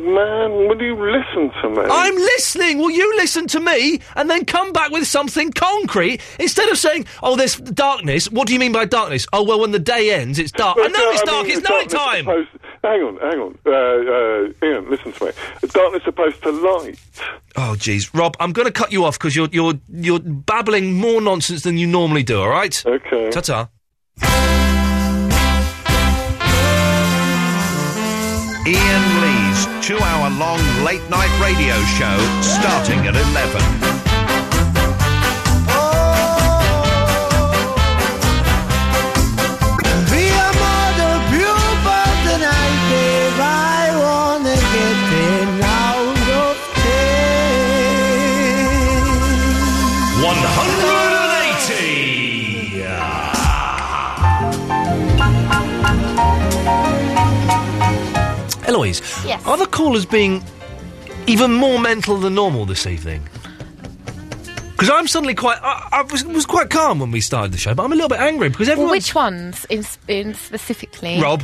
man, will you listen to me?
I'm listening. Will you listen to me and then come back with something concrete instead of saying, "Oh, there's darkness." What do you mean by darkness? Oh, well, when the day ends, it's dark.
Well,
uh, I know it's
uh, mean,
dark. It's
darkness
night time.
supposed- Hang on, hang on. Uh, uh, Ian, listen to me. Darkness opposed to light.
Oh, jeez, Rob, I'm going to cut you off because you're you're you're babbling more nonsense than you normally do. All right.
Okay.
Ta-ta.
Ian Lee's two hour long late night radio show starting at 11.
Be a mother pure but the night, babe. I wanna get in out of ten.
180!
Eloise,
Yes.
are the callers being even more mental than normal this evening? Because I'm suddenly quite. I, I was, was quite calm when we started the show, but I'm a little bit angry because
Well,
everyone.
which ones in, s- in specifically?
Rob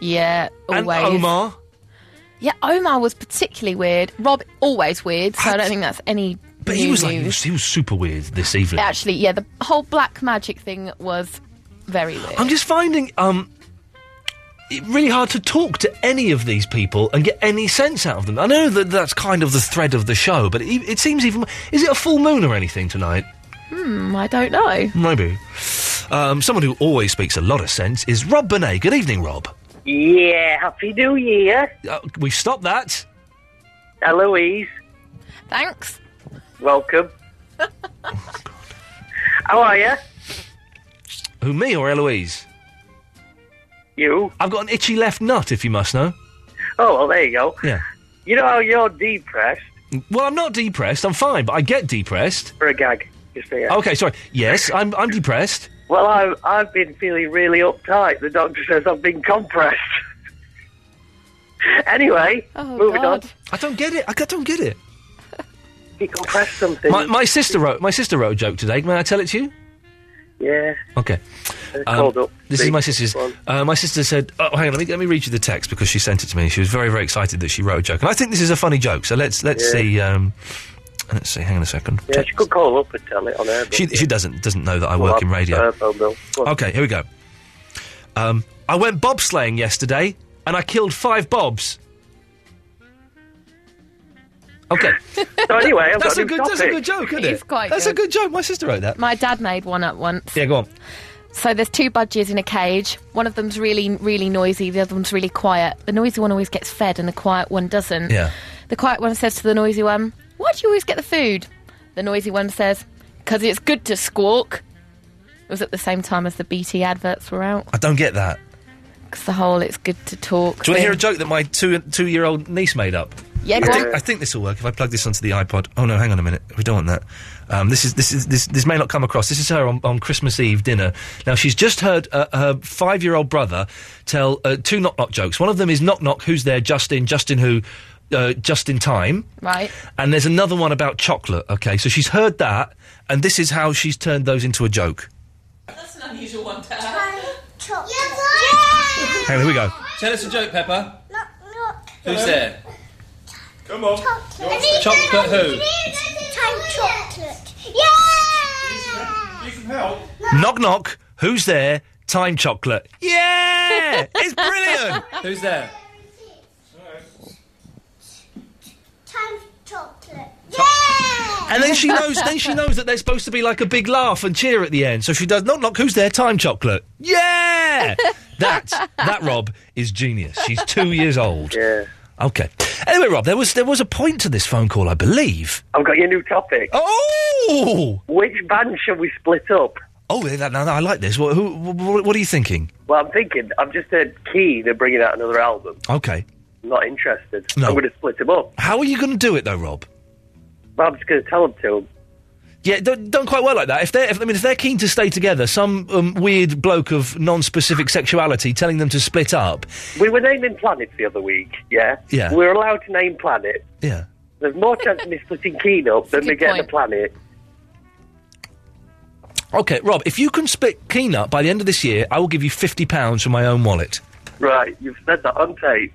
Yeah,
and
always.
Omar.
Yeah, Omar was particularly weird. Rob always weird, so I don't think that's any.
But he
new
was like, he
news.
was, he was super weird this evening.
Actually, yeah, the whole black magic thing was very weird.
I'm just finding um, it really hard to talk to any of these people and get any sense out of them. I know that that's kind of the thread of the show, but it, e- it seems even. Is it a full moon or anything tonight?
Hmm, I don't know.
Maybe. Um, someone who always speaks a lot of sense is Rob Bonet. Good evening, Rob.
Yeah, happy New Year,
Uh, we've stopped that.
Eloise.
Thanks.
Welcome.
Oh,
How are you?
Who, me or Eloise?
You.
I've got an itchy left nut, if you must know.
Oh well, there you go.
Yeah.
You know how you're depressed
Well, I'm not depressed. I'm fine, but I get depressed.
for a gag. Just there.
Okay, sorry. Yes, I'm, I'm depressed.
Well, I've I've been feeling really uptight. The doctor says I've been compressed. Anyway, moving on.
I don't get it. I c- don't get it.
Decompress something.
My, my sister wrote my sister wrote a joke today. May I tell it to you?
Yeah.
Okay. Um, this is my sister's. Uh, my sister said, "Oh, hang on, let me, let me read you the text because she sent it to me. She was very, very excited that she wrote a joke, and I think this is a funny joke. So let's let's
Yeah.
see. Um, let's see. Hang on a second.
Yeah, she could call up and tell it on her.
She, she doesn't doesn't know that I work in radio. Okay, here we go. Um, I went bobsleighing yesterday, and I killed five bobs. Okay,
So anyway, I've
that's
got
a good
new
that's a
topic.
good joke, isn't
It
it?
is quite
that's a
good.
good joke. My sister wrote that.
My dad made one up once.
Yeah, go on.
So there's two budgies in a cage. One of them's really, really noisy. The other one's really quiet. The noisy one always gets fed, and the quiet one doesn't.
Yeah.
The quiet one says to the noisy one, "Why do you always get the food?" The noisy one says, "Cause it's good to squawk." It was at the same time as the BT adverts were out.
I don't get that.
Cause the whole "it's good to talk."
Do you want to hear a
thing.
joke that my two two year old niece made up?
Yeah,
I
go
think,
on.
I think this will work if I plug this onto the iPod. Oh no, hang on a minute. We don't want that. Um, this is this is this this may not come across. This is her on, on Christmas Eve dinner. Now she's just heard uh, her five year old brother tell uh, two knock knock jokes. One of them is knock knock. Who's there? Justin. Justin who? Uh, just in time.
Right.
And there's another one about chocolate. Okay, so she's heard that, and this is how she's turned those into a joke.
That's an unusual one to have.
Hang on, here we go.
Tell us a joke, Pepper. Who's
Hello?
there?
Come on.
Chocolate who?
chocolate. Yeah! Need some help?
Knock knock. Who's there? Time chocolate. Yeah! It's brilliant!
Who's there?
Time chocolate.
And then she knows. then she knows that they're supposed to be like a big laugh and cheer at the end. So she does knock knock. Who's there? Time chocolate. Yeah, that that Rob is genius. She's two years old. Yeah. Okay. Anyway, Rob, there was there was a point to this phone call, I believe.
I've got your new topic.
Oh!
Which band shall we split up?
Oh, that, now, now I like this. What, who, what, what are you thinking?
Well, I'm thinking, I've just heard Key, they're bringing out another album.
Okay.
I'm not interested.
No.
I'm going to split them up.
How are you going to do it though, Rob?
But I'm just going to tell them to.
Yeah, don't, don't quite work like that. If they're, if, I mean, if they're keen to stay together, some um, weird bloke of non-specific sexuality telling them to split up.
We were naming planets the other week, yeah?
Yeah.
We were allowed to name planets.
Yeah.
There's more chance of me splitting Keen up than me getting a planet.
Okay, Rob, if you can split Keen up by the end of this year, I will give you fifty pounds from my own wallet.
Right, you've said that on tape.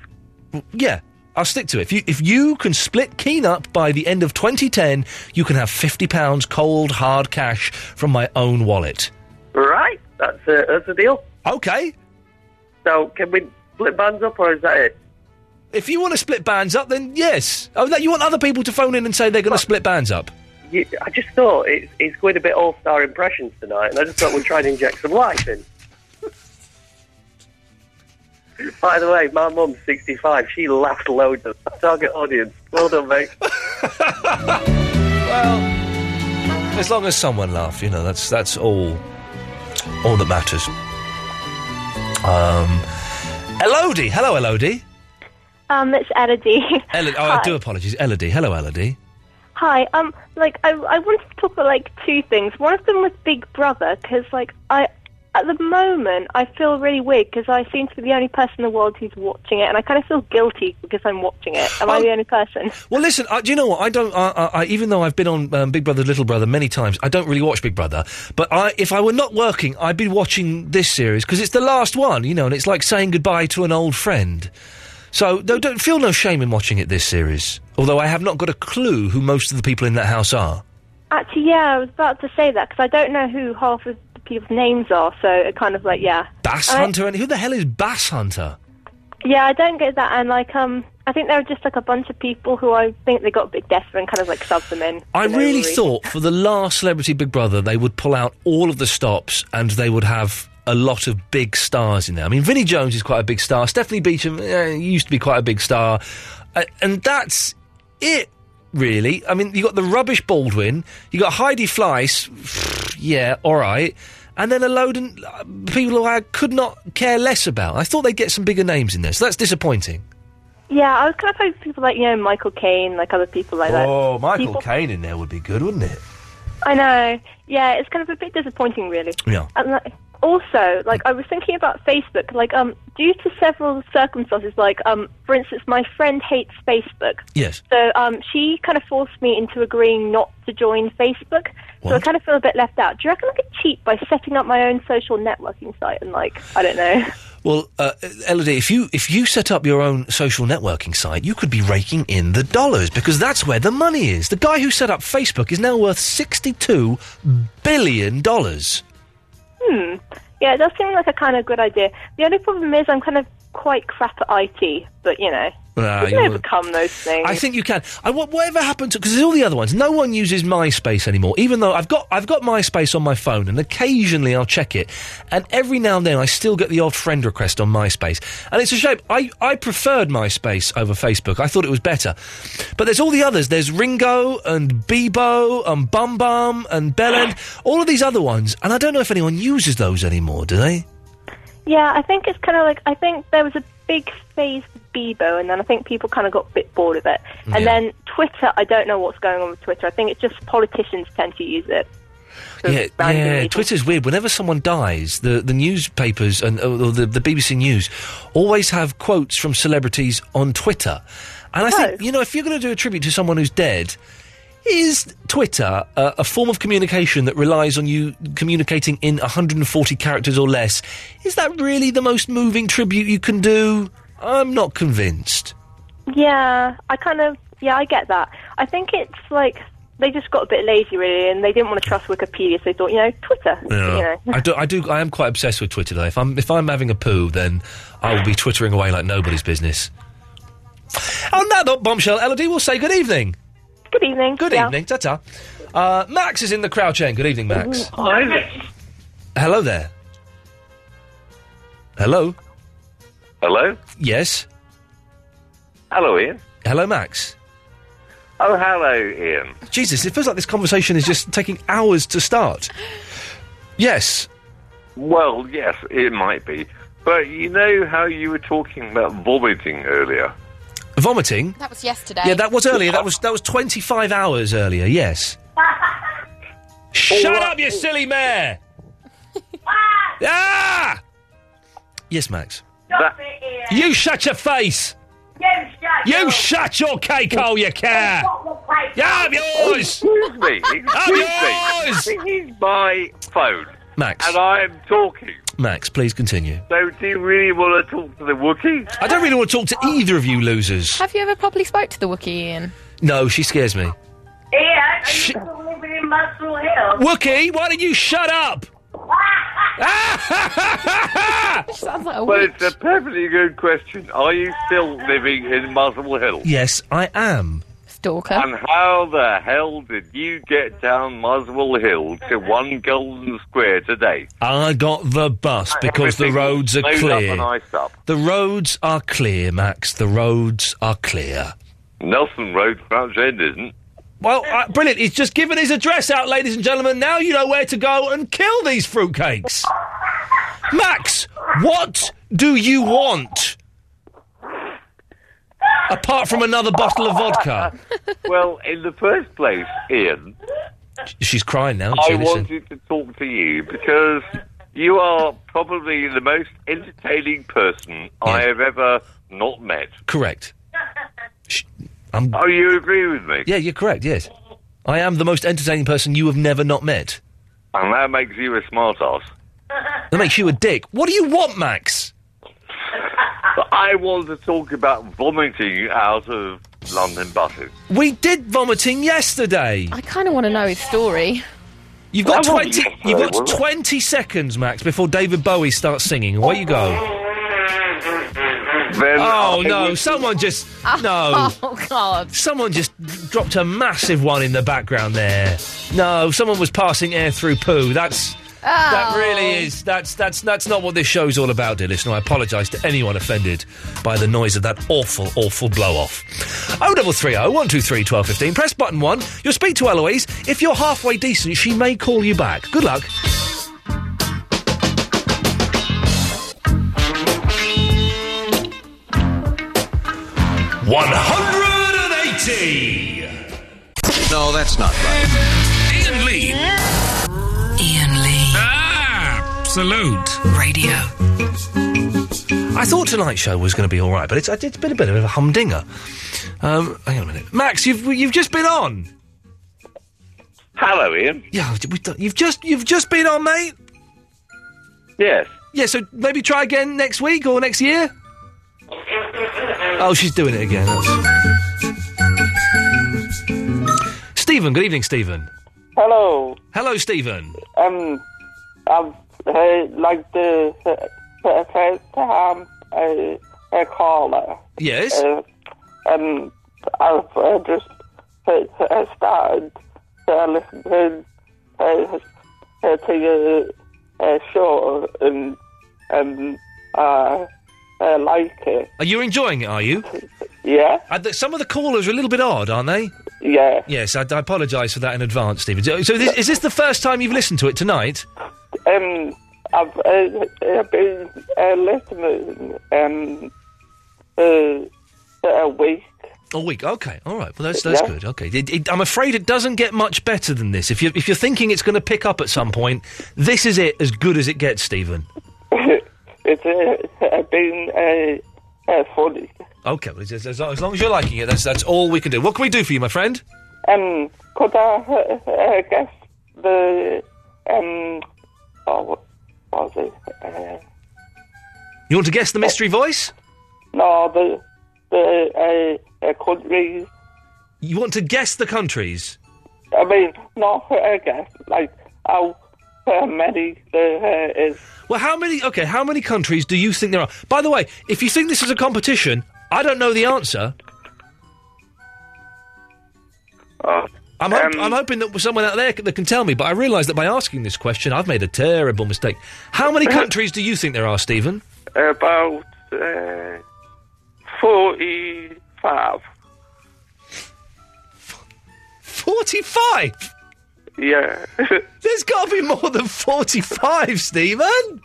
Yeah, I'll stick to it. If you if you can split Keen up by the end of 2010, you can have fifty pounds cold hard cash from my own wallet.
Right, that's a, that's a deal.
Okay.
So, can we split bands up, or is that it?
If you want to split bands up, then yes. Oh, that you want other people to phone in and say they're going to split bands up.
You, I just thought it's, it's going a bit all-star impressions tonight, and I just thought we'd try and inject some life in. By the way, my mum's 65. She laughed loads at the target audience. Well done, mate.
As long as someone laughs, you know that's that's all, all that matters. Um, Elodie, hello, Elodie.
Um, it's Elodie.
Elodie, oh, I do apologies, Elodie. Hello, Elodie.
Hi. Um, like I, I wanted to talk about like two things. One of them was Big Brother because like I, at the moment, I feel really weird because I seem to be the only person in the world who's watching it, and I kind of feel guilty because I'm watching it. Am I
Oh.
the only person?
Well, listen. Uh, do you know what? I don't. I, I, I, even though I've been on um, Big Brother, Little Brother many times, I don't really watch Big Brother. But I, if I were not working, I'd be watching this series because it's the last one, you know, and it's like saying goodbye to an old friend. So don't, don't feel no shame in watching it. This series, although I have not got a clue who most of the people in that house are.
Actually, yeah, I was about to say that because I don't know who half of the people's names are, so it kind of like yeah.
Bass
I-
Hunter, and who the hell is Bass Hunter?
Yeah, I don't get that, and like um, I think there were just like a bunch of people who I think they got a bit desperate and kind of like subbed them in.
I
for no
really
reason.
thought for the last Celebrity Big Brother, they would pull out all of the stops and they would have a lot of big stars in there. I mean, Vinnie Jones is quite a big star. Stephanie Beacham eh, used to be quite a big star. Uh, and that's it, really. I mean, you got the rubbish Baldwin, you got Heidi Fleiss, pff, yeah, all right. And then a load of uh, people who I could not care less about. I thought they'd get some bigger names in there, so that's disappointing.
Yeah, I was kind of hoping people like you know Michael Caine, like other people like that.
Oh, Michael
People-
Caine in there would be good, wouldn't it?
I know. Yeah, it's kind of a bit disappointing, really.
Yeah.
And, like, also, like, I was thinking about Facebook. Like, um, due to several circumstances, like, um, for instance, my friend hates Facebook.
Yes.
So um, she kind of forced me into agreeing not to join Facebook. So I kind of feel a bit left out. Do you reckon I could cheat by setting up my own social networking site and, like, I don't know.
Well, uh, Elodie, if you if you set up your own social networking site, you could be raking in the dollars because that's where the money is. The guy who set up Facebook is now worth sixty-two billion dollars.
Hmm. Yeah, it does seem like a kind of good idea. The only problem is I'm kind of quite crap at IT, but you know,
Ah,
you
you
can
were-
overcome those things.
I think you can. I, wha- whatever happened to because there's all the other ones. No one uses MySpace anymore. Even though I've got I've got MySpace on my phone, and occasionally I'll check it. And every now and then I still get the odd friend request on MySpace, and it's a shame. I I preferred MySpace over Facebook. I thought it was better. But there's all the others. There's Ringo and Bebo and Bum Bum and Bellend. All of these other ones, and I don't know if anyone uses those anymore. Do they?
Yeah, I think it's kind of like I think there was a big phase with Bebo, and then I think people kind of got a bit bored of it.
Yeah.
And then Twitter, I don't know what's going on with Twitter. I think it's just politicians tend to use it.
Yeah, yeah. Twitter's weird. Whenever someone dies, the, the newspapers and uh, or the, the BBC News always have quotes from celebrities on Twitter. And I think, you know, if you're going to do a tribute to someone who's dead, is Twitter a, a form of communication that relies on you communicating in 140 characters or less? Is that really the most moving tribute you can do? I'm not convinced.
Yeah, I kind of yeah, I get that. I think it's like they just got a bit lazy really, and they didn't want to trust Wikipedia, so they thought you know Twitter. You know.
I do, I do. I am quite obsessed with Twitter, though. If I'm if I'm having a poo, then I will be twittering away like nobody's business. On that note, bombshell, Elodie will say good evening.
Good evening.
Good evening. Ta ta. Uh, Max is in the crouch end. Good evening, Max.
Mm-hmm.
Hello there. Hello.
Hello?
Yes.
Hello, Ian.
Hello, Max.
Oh, hello, Ian.
Jesus, it feels like this conversation is just taking hours to start. Yes.
Well, yes, it might be. But you know how you were talking about vomiting earlier?
Vomiting.
That was yesterday.
Yeah, that was earlier. That was that was 25 hours earlier. Yes. Shut up, you silly mare! ah! Yes, Max. You shut your face. You shut your cake hole, you care. Yeah, I'm yours.
Excuse me. Excuse
I'm yours.
This is my phone.
Max.
And I am talking.
Max, please continue.
So do you really want to talk to the Wookiee?
I don't really want to talk to either of you losers.
Have you ever properly spoke to the Wookiee, Ian?
No, she scares me.
Yeah.
living in Muswell Hill.
Wookie, why don't you shut up? Ah,
Sounds like a
Well, it's a perfectly good question. Are you still living in Muswell Hill?
Yes, I am.
Stalker.
And how the hell did you get down Muswell Hill to one Golden Square today?
I got the bus because the
Everything
roads are
snowed up
clear.
and iced up.
The roads are clear, Max. The roads are clear.
Nelson Road, Crouch End isn't.
Well, uh, brilliant. He's just given his address out, ladies and gentlemen. Now you know where to go and kill these fruitcakes. Max, what do you want? Apart from another bottle of vodka.
well, in the first place, Ian,
She's crying now.
I
She, listen.
wanted to talk to you because you are probably the most entertaining person I have ever not met.
Correct.
Oh, you agree with me?
Yeah, you're correct, yes. I am the most entertaining person you have never not met.
And that makes you a smart ass.
That makes you a dick. What do you want, Max?
But I want to talk about vomiting out of London buses.
We did vomiting yesterday.
I kind of want to know his story.
You've got
That wasn't
twenty.
yesterday,
You've got
was it?
twenty seconds, Max, before David Bowie starts singing. Away you go.
Then
oh
I
no!
would-
Someone just no.
Oh God.
Someone just dropped a massive one in the background there. No, someone was passing air through poo. That's that
Oh.
really is. That's that's that's not what this show's all about, dear listener. I apologise to anyone offended by the noise of that awful, awful blow off. Oh double three oh one two three twelve fifteen. Press button one. You'll speak to Eloise. If you're halfway decent, she may call you back. Good luck. One hundred and eighty.
No, that's not right.
Ian Lee.
Ian Lee.
Ah,
Salute.
Radio.
I thought tonight's show was going to be all right, but it's, it's been a bit of a humdinger. Um, hang on a minute, Max, you've you've just been on.
Hello, Ian.
Yeah, we don't- you've just you've just been on, mate.
Yes.
Yeah, so maybe try again next week or next year. Oh, she's doing it again. that's- Stephen, good evening, Stephen.
Hello.
Hello, Stephen.
Um, I've heard, like uh, the the first time I I um, caller.
Yes.
Uh, um, I've uh, just uh, uh, started uh, listening uh, uh, to your uh, show and um uh, I like it.
Are you enjoying it? Are you?
Yeah.
Uh, th- some of the callers are a little bit odd, aren't they?
Yeah.
Yes, I, I apologise for that in advance, Stephen. So, so this, is this the first time you've listened to it tonight?
Um, I've uh, uh, been uh, listening um, uh, a week.
A week, okay, all right. Well, that's that's
Yeah.
good. Okay, It- it- I'm afraid it doesn't get much better than this. If you if you're thinking it's going to pick up at some point, this is it as good as it gets, Stephen.
It's uh, uh, been uh, uh, funny.
Okay, well, it's- it's- as, long- as long as you're liking it, that's that's all we can do. What can we do for you, my friend?
Um, could I uh, uh, guess the um? Oh, what was it? Uh,
You want to guess the mystery voice?
no, the the uh, uh, countries.
You want to guess the countries?
I mean, not uh, guess like how uh, many there uh, is.
Well, how many? Okay, how many countries do you think there are? By the way, if you think this is a competition, I don't know the answer.
Uh,
I'm, hop-
um,
I'm hoping that someone out there c- that can tell me, but I realise that by asking this question, I've made a terrible mistake. How many countries do you think there are, Stephen?
About uh, forty-five.
Forty-five.
Yeah.
There's got to be more than forty-five, Stephen.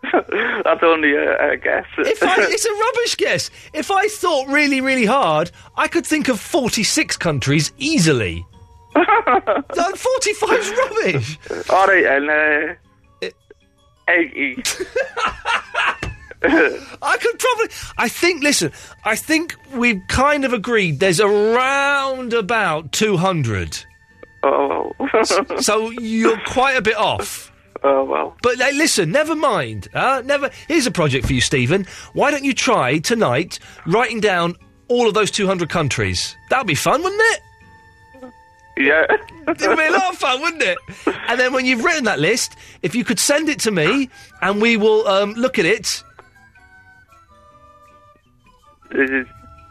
That's only a, a guess.
If I, it's a rubbish guess. If I thought really, really hard, I could think of 46 countries easily. no, 45 is rubbish. Eh.
All right, and uh, eighty.
I could probably. I think, listen, I think we've kind of agreed there's around about 200.
Oh.
so you're quite a bit off.
Oh, well.
But hey, listen, never mind. Uh, never. Here's a project for you, Stephen. Why don't you try tonight writing down all of those 200 countries? That'd be fun, wouldn't it?
Yeah.
It'd be a lot of fun, wouldn't it? And then when you've written that list, if you could send it to me, and we will um, look at it.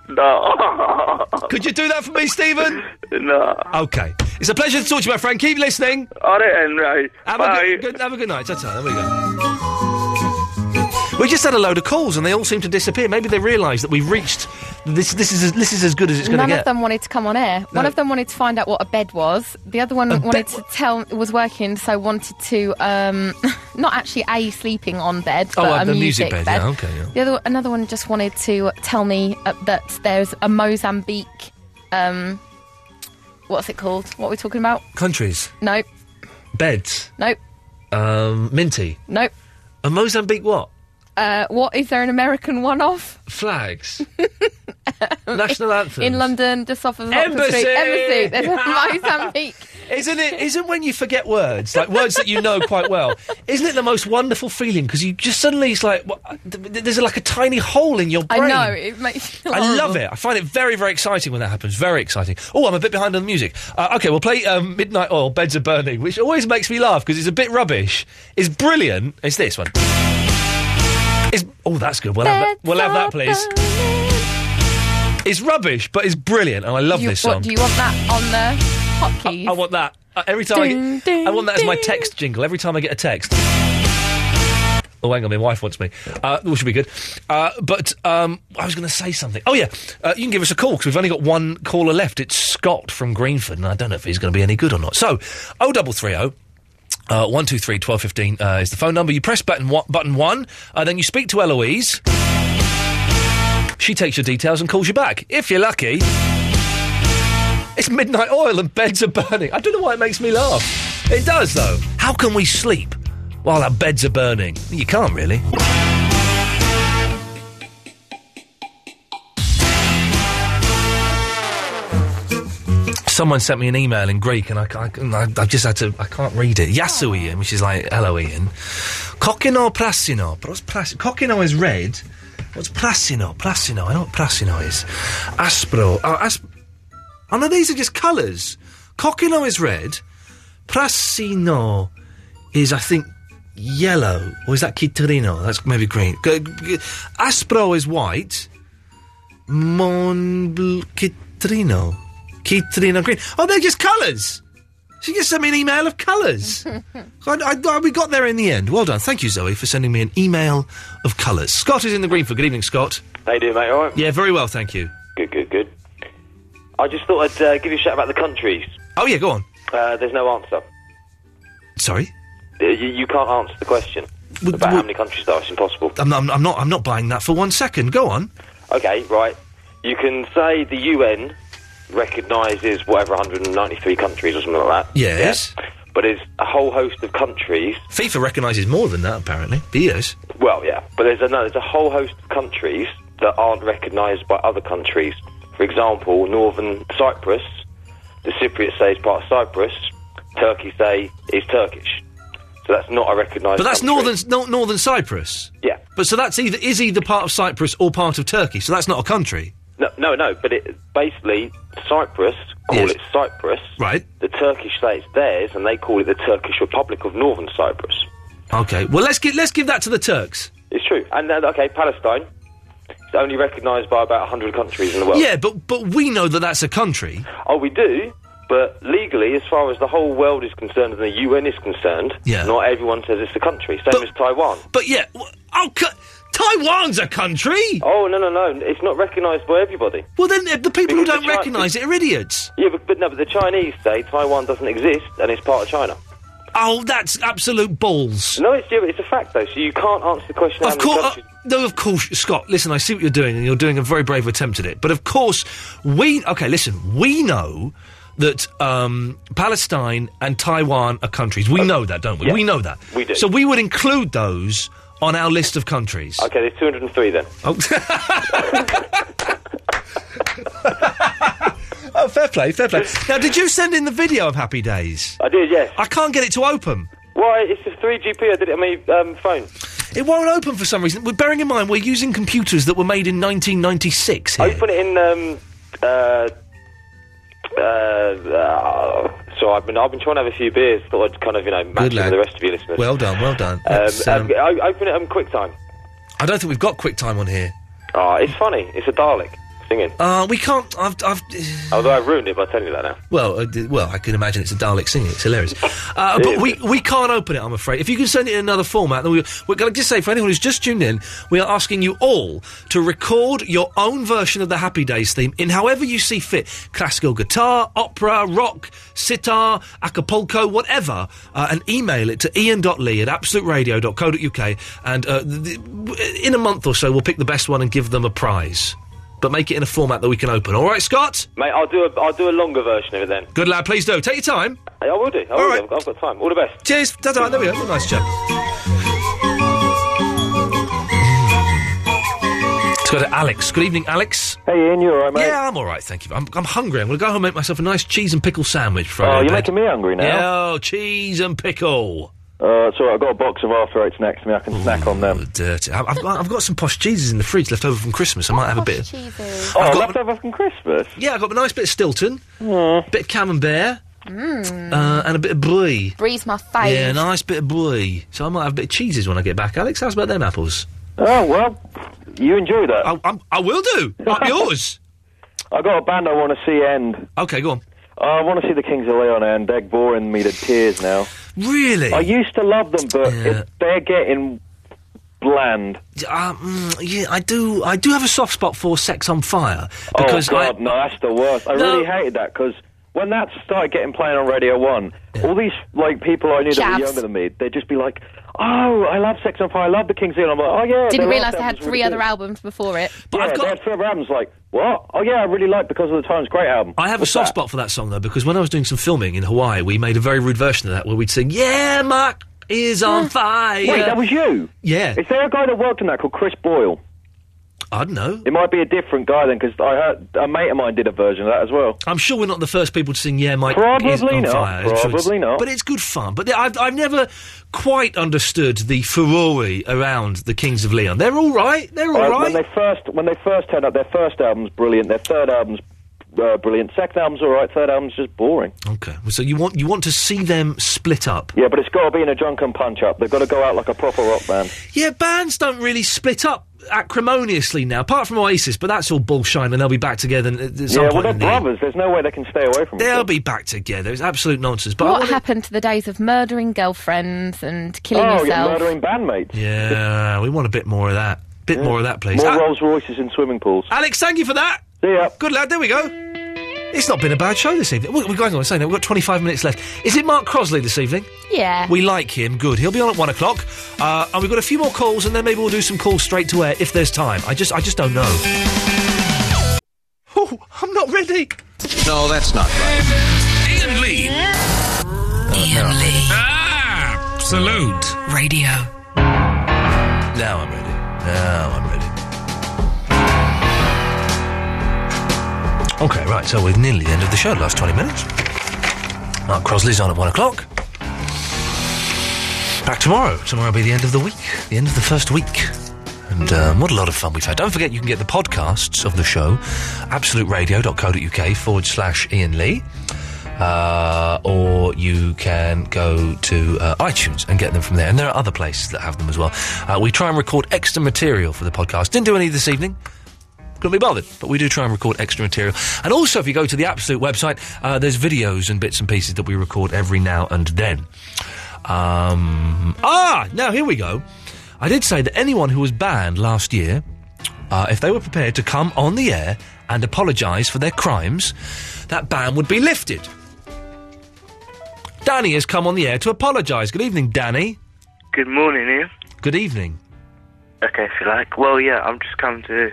No.
Could you do that for me, Stephen?
no.
Okay. It's a pleasure to talk to you, my friend. Keep listening.
All right, and right.
Have,
Bye.
A good, good, have a good night. Ta-ta. There we go. We just had a load of calls, and they all seem to disappear. Maybe they realise that we've reached this. This is this is as good as it's going to
None
get.
of them wanted to come on air. One
No.
of them wanted to find out what a bed was. The other one wanted to tell was working, so wanted to um, not actually a sleeping on bed,
Oh,
but
uh,
a
the
music,
music bed, yeah, okay, yeah.
The other another one just wanted to tell me uh, that there's a Mozambique. Um, what's it called? What are we talking about?
Countries,
Nope,
beds,
nope,
um, minty,
nope.
a Mozambique. What
Uh, what is there an American one off?
flags? National anthem
in London, just off of Oxford
Embassy!
Street. Embassy. There's a Mozambique.
Isn't it? Isn't when you forget words, like words that you know quite well, isn't it the most wonderful feeling? Because you just suddenly it's like wha- th- th- there's like a tiny hole in your brain.
I know it makes. you feel
I love
horrible.
it. I find it very, very exciting when that happens. Very exciting. Oh, I'm a bit behind on the music. Uh, okay, we'll play um, Midnight Oil, Beds Are Burning, which always makes me laugh because it's a bit rubbish. It's brilliant. It's this one. It's, oh, that's good. We'll have that,
Beds
we'll have
are
that please. It's rubbish, but it's brilliant, and I love
You-
this song.
What, do you want that on the hotkeys?
I want that uh, every time. I,
Ding,
get, I want that as my text jingle every time I get a text. Oh, hang on, my wife wants me. Uh, which should be good. Uh, but um, I was going to say something. Oh yeah, uh, you can give us a call because we've only got one caller left. It's Scott from Greenford, and I don't know if he's going to be any good or not. So, oh double three oh. Uh, 123 1215 uh, is the phone number. You press button one, button one uh, then you speak to Eloise. She takes your details and calls you back. If you're lucky, it's midnight oil and beds are burning. I don't know why it makes me laugh. It does, though. How can we sleep while our beds are burning. You can't really. Someone sent me an email in Greek, and I, I, I- I've just had to. I can't read it. Yasu Ian, which is like hello Ian. Kokino prasino. But What's prasino? Kokino is red. What's prasino? Prasino. I know what prasino is. Aspro. Oh, asp- oh no, these are just colours. Kokino is red. Prasino is, I think, yellow. Or is that Kitarino? That's maybe green. G- g- Aspro is white. Mon bl- Kitrino. Kitrino green. Oh, they're just colours. She just sent me an email of colours. So I, I- I- we got there in the end. Well done. Thank you, Zoe, for sending me an email of colours. Scott is in the green for. Good evening, Scott.
How you doing, mate? All right?
Yeah, very well, thank you.
Good, good, good. I just thought I'd uh, give you a shout about the countries.
Oh, yeah, go on.
Uh, there's no answer.
Sorry?
Uh, You, you can't answer the question about how many countries there are. It's impossible.
I'm not, I'm, not, I'm not buying that for one second. Go on.
Okay, right. You can say the UN recognises whatever 193 countries or something like that.
Yes.
Yeah? But there's a whole host of countries.
FIFA recognises more than that, apparently. BS.
Well, yeah. But there's a, no, there's a whole host of countries that aren't recognised by other countries. For example, northern Cyprus, the Cypriots say is part of Cyprus. Turkey say is Turkish. So that's not a recognised.
But that's
country.
northern no, northern Cyprus.
Yeah.
But so that's either is either part of Cyprus or part of Turkey. So that's not a country.
No, no, no. But it basically Cyprus call it Cyprus.
Right.
The Turkish say it's theirs, and they call it the Turkish Republic of Northern Cyprus.
Okay. Well, let's give let's give that to the Turks.
It's true. And uh, okay, Palestine. It's only recognised by about 100 countries in the world.
Yeah, but but we know that that's a country.
Oh, we do. But legally, as far as the whole world is concerned and the UN is concerned,
Yeah.
not everyone says it's a country. Same as Taiwan.
But yeah, wh- oh, co- Taiwan's a country.
Oh no, no, no! It's not recognised by everybody.
Well, then the, the people who
Because
don't
the Chi-
recognise it are idiots.
Yeah, but, but no, but the Chinese say Taiwan doesn't exist and it's part of China.
Oh, that's absolute balls.
No, it's yeah, but it's a fact though. So you can't answer the question. how
Of
many
course,
countries-
no, of course, Scott. Listen, I see what you're doing, and you're doing a very brave attempt at it. But of course, we okay. Listen, we know that um, Palestine and Taiwan are countries. We know that, don't we?
yeah.
We know that.
Oh, We do.
So we would include those on our list of countries.
Okay, there's 203 then.
Oh. Oh, fair play, fair play. Now, did you send in the video of Happy Days?
I did, yes.
I can't get it to open.
Why? It's a 3GP. I did it on my um, phone.
It won't open for some reason. We're bearing in mind we're using computers that were made in 1996 here.
I put it in. Um, uh, uh, uh, so I've been I've been trying to have a few beers. Thought I'd kind of you know match it with
lad.
the rest of you listeners.
Well done, well done.
Um,
That's, um,
um, o- open it on QuickTime.
I don't think we've got QuickTime on here.
Ah, it's funny. It's a Dalek singing.
Uh, we can't. I've. I've
Although I've ruined it by telling you that now.
Well, uh, d- well, I can imagine it's a Dalek singing. It's hilarious, uh, but we, we can't open it. I'm afraid. If you can send it in another format, then we, we're going to just say for anyone who's just tuned in, we are asking you all to record your own version of the Happy Days theme in however you see fit: classical guitar, opera, rock, sitar, acapulco, whatever, uh, and email it to ian.lee at absoluteradio.co.uk. And uh, th- th- w- in a month or so, we'll pick the best one and give them a prize. But make it in a format that we can open. All right, Scott.
Mate, I'll do a I'll do a longer version of it then.
Good lad, please do. Take your time.
I will do. I will do. I've, got, I've got time. All the best.
Cheers. Ta-ta. There we go. Nice chat. Let's go to Alex. Good evening, Alex.
Hey, Ian, you alright, mate?
Yeah, I'm all right, thank you. I'm, I'm hungry. I'm going to go home and make myself a nice cheese and pickle sandwich. For
Oh, you're making me hungry now.
Yeah, oh, cheese and pickle.
Uh, it's all right. I've got a box of after eights next to me. I can snack on them.
Dirty. I- I've, I've got some posh cheeses in the fridge left over from Christmas. I might have a bit. Of,
Oh,
I've got-
leftover from Christmas. Hmm.
yeah, I've got a nice bit of Stilton, bit of camembert,
Mm.
uh, and a bit of brie.
Breeze my face.
Yeah, a nice bit of brie. So I might have a bit of cheeses when I get back. Alex, how's about them apples?
Oh well, you enjoy that.
I, I'm, I will do. Not yours.
I got a band I want to see end.
Okay, go on.
I want to see the Kings of Leon end. They're boring me to tears now.
Really?
I used to love them, but
Yeah.
it, they're getting bland.
Uh, mm, yeah, I do. I do have a soft spot for Sex on Fire because
oh God,
I,
no, that's the worst. I
No.
really hated that because when that started getting playing on Radio One, all these like people I knew that were
Chavs.
younger than me, they'd just be like, "Oh, I love Sex on Fire, I love the Kings of Leon." I'm like, "Oh yeah."
Didn't
their
realise they
album
had
was really
three
good."
other albums before it.
yeah, they had three other albums. Like what? Oh yeah, I really like because of the Times. Great album.
I have a soft spot for that song though because when I was doing some filming in Hawaii, we made a very rude version of that where we'd sing, "Yeah, Mark, is on fire.
Hmm. Wait, that was you?
uh, Yeah.
Is there a guy that worked on that called Chris Boyle?
I don't know.
It might be a different guy then, because I heard a mate of mine did a version of that as well.
I'm sure we're not the first people to sing Yeah, Mike is
Probably
on
not,
fire. It's- it's-
probably not.
But it's good fun. But I've, I've never quite understood the furore around the Kings of Leon. They're all right. They're all
Uh,
right.
When they first when they first turned up, their first album's brilliant. Their third album's uh, brilliant. Second album's all right. Third album's just boring.
Okay. So you want you want to see them split up?
Yeah, but it's got to be in a drunken punch up. They've got to go out like a proper rock band.
Yeah, bands don't really split up acrimoniously now, apart from Oasis. But that's all bullshine, and they'll be back together. At at some
yeah,
point
well they're
in the year.
brothers. There's no way they can stay away from.
They'll be back together. It's absolute nonsense. But I
what
wanna-
happened to the days of murdering girlfriends and killing
oh,
yourself?
you're murdering bandmates.
yeah, we want a bit more of that. Bit more of that, please.
More
Ah,
Rolls Royces in swimming pools.
Alex, thank you for that.
See ya.
Good lad. There we go. It's not been a bad show this evening. We, we guys, I'm saying that we've got 25 minutes left. Is it Mark Crosley this evening?
Yeah.
We like him. Good. He'll be on at one o'clock, uh, and we've got a few more calls, and then maybe we'll do some calls straight to air if there's time. I just, I just don't know. Oh, I'm not ready.
No, that's not right. Ian Lee.
Ian Lee.
Ah, salute.
Radio.
Now I'm ready. Now I'm ready. Okay, right. So we're nearly the end of the show. Last 20 minutes. Mark Crosley's on at one o'clock. Back tomorrow. Tomorrow will be the end of the week, the end of the first week. And um, what a lot of fun we've had. Don't forget you can get the podcasts of the show, absoluteradio.co.uk forward slash Ian Lee. Uh, or you can go to uh, iTunes and get them from there. And there are other places that have them as well. Uh, we try and record extra material for the podcast. Didn't do any this evening couldn't be bothered. But we do try and record extra material. And also, if you go to the Absolute website, uh, there's videos and bits and pieces that we record every now and then. Um, ah, now here we go. I did say that anyone who was banned last year, uh, if they were prepared to come on the air and apologise for their crimes, that ban would be lifted. Danny has come on the air to apologise. Good evening, Danny.
Good morning, Ian.
Good evening.
Okay, if you like. Well, yeah, I'm just come to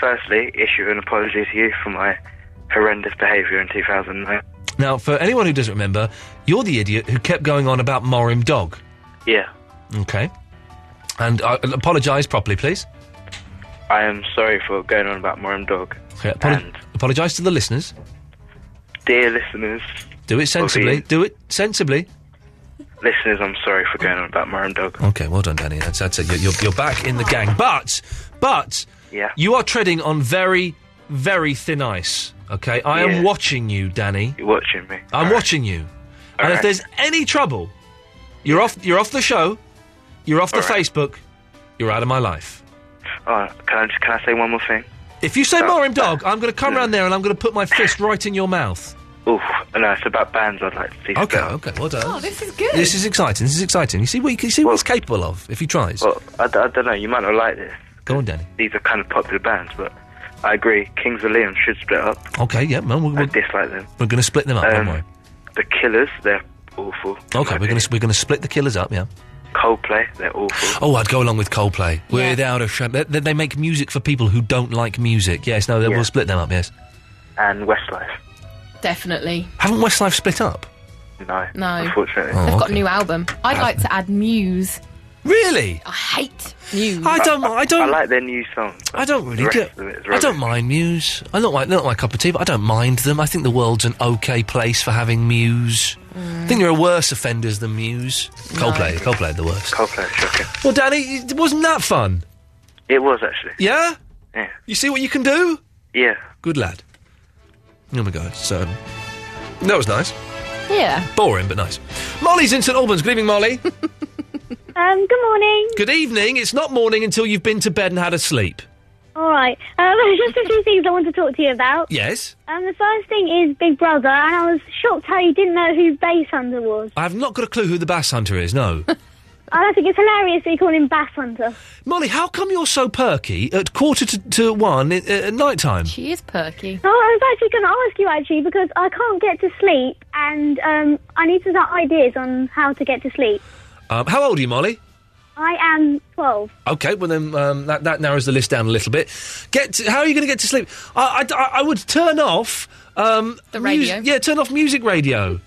firstly issue an apology to you for my horrendous behaviour in 2009.
Now, for anyone who doesn't remember, you're the idiot who kept going on about Morim Dog.
Yeah,
Okay. And uh, apologise properly, please.
I am sorry for going on about Moram Dog.
Okay, apolo- apologise to the listeners.
Dear listeners,
Do it sensibly.
Ian.
Do it sensibly.
listeners, I'm sorry for going on about Moram Dog.
Okay, well done, Danny. That's, that's it. You're, you're, you're back in the gang. But, but,
Yeah.
you are treading on very, very thin ice. Okay, I
Yeah.
am watching you, Danny.
You're watching me.
I'm watching you.
All
and if
right.
there's any trouble, you're off. You're off the show. You're off the
All right.
Facebook. You're out of my life.
Oh, can I just can I say one more thing?
If you say
Oh.
Morim Dog, I'm going to come round there and I'm going to put my fist right in your mouth.
Oof, no, it's about bands I'd like to see.
Okay, okay, well done.
Oh,
this is good.
This is exciting. This is exciting. You see what, you see what he's capable of if he tries.
Well, I, don't know. You might not like this.
Go on, Danny.
These are kind of popular bands, but I agree. Kings of Leon should split up.
Okay, yeah, man, we're,
I
we're,
dislike them.
we're going to split them up,
Um,
don't worry.
The Killers, they're awful.
Okay, we're going to we're going to split the killers up, yeah.
Coldplay, they're awful.
Oh, I'd go along with Coldplay. Without a shame. They, they- they make music for people who don't like music. Yes, no, they will split them up, yes.
And Westlife,
Definitely.
Haven't Westlife split up?
no.
No.
Unfortunately.
Oh,
They've got a new album. I'd like to add Muse.
Really?
I hate Muse.
I don't I don't
I like their new song.
I don't really
the
get.
rest of it is
I
rubbish.
don't mind Muse. I don't like they're not my cup of tea, but I don't mind them. I think the world's an okay place for having Muse. I think there are worse offenders than Muse. Coldplay, Coldplay, are the worst.
Coldplay, shocking.
Well, Danny, it- wasn't that fun?
It was actually.
Yeah.
Yeah.
You see what you can do?
Yeah.
Good lad. Oh my God. So that was nice.
Yeah.
Boring, but nice. Molly's in St Albans. Good evening, Molly.
Um, good morning.
Good evening. It's not morning until you've been to bed and had a sleep.
All right. Um, just a few things I want to talk to you about.
Yes.
Um, the first thing is Big Brother, and I was shocked how you didn't know who Bass Hunter was.
I've not got a clue who the bass hunter is. No.
I don't think it's hilarious that you call him Bass Hunter.
Molly, how come you're so perky at quarter to, to one at, at night time?
She is perky.
Oh, I was actually going to ask you actually because I can't get to sleep, and um, I need some ideas on how to get to sleep.
Um, how old are you, Molly?
I am twelve.
Okay, well then um, that, that narrows the list down a little bit. Get to, how are you going to get to sleep? I, I, I would turn off um, the
radio.
yeah, turn off music radio.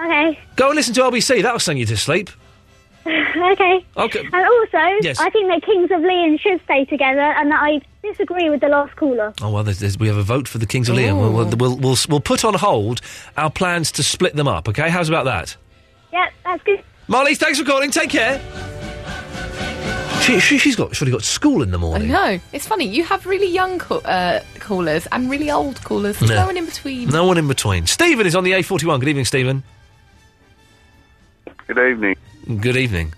Okay.
Go and listen to RBC. That'll send you to sleep.
okay.
Okay.
And also,
Yes.
I think that Kings of Leon should stay together, and that I disagree with the last caller.
Oh well, there's, there's, we have a vote for the Kings of Leon. We'll, we'll, we'll, we'll, we'll put on hold our plans to split them up. Okay, how's about that?
Yep, that's good.
Marley, thanks for calling. Take care. She, she, she's got surely got school in the
I
morning.
know. It's funny. You have really young ca- uh, callers and really old callers. There's
Yeah.
no one in between.
No one in between. Stephen is on the A41. Good evening, Stephen.
Good evening.
Good evening.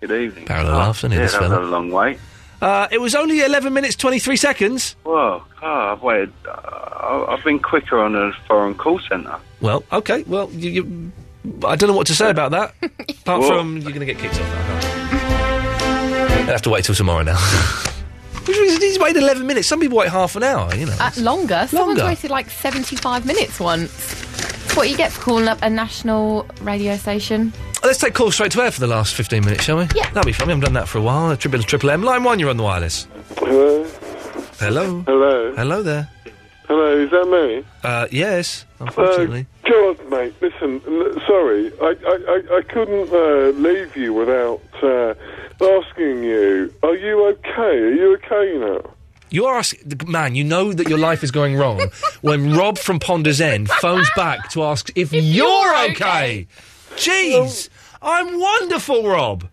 Good evening. Ah,
Parallel laughs, isn't it,
yeah,
this
that was a
fella?
long wait.
Uh, it was only 11 minutes 23 seconds.
Whoa, oh, I've waited. Uh, I- I've been quicker on a foreign call centre.
Well, okay. Well, you, you, I don't know what to say about that. Apart
Whoa.
from you're going to get kicked off. I'll have to wait till tomorrow now. He's waited 11 minutes. Some people wait half an hour. You know.
Uh, longer. Someone's
Longer.
waited like 75 minutes once. That's what you get for calling up a national radio station.
Let's take calls straight to air for the last 15 minutes, shall we? Yeah. That'll be fun. We haven't done that for a while. Triple Triple M. Line 1, you're on the wireless.
Hello?
Hello.
Hello?
Hello there.
Hello, is that me?
Uh, yes, unfortunately.
Uh, God, mate, listen, l- sorry, I, I, I, I couldn't uh, leave you without uh, asking you, are you okay? Are you okay now?
You are asking, man, you know that your life is going wrong when Rob from Ponder's End phones back to ask if, you're,
you're
okay. Jeez, I'm wonderful, Rob.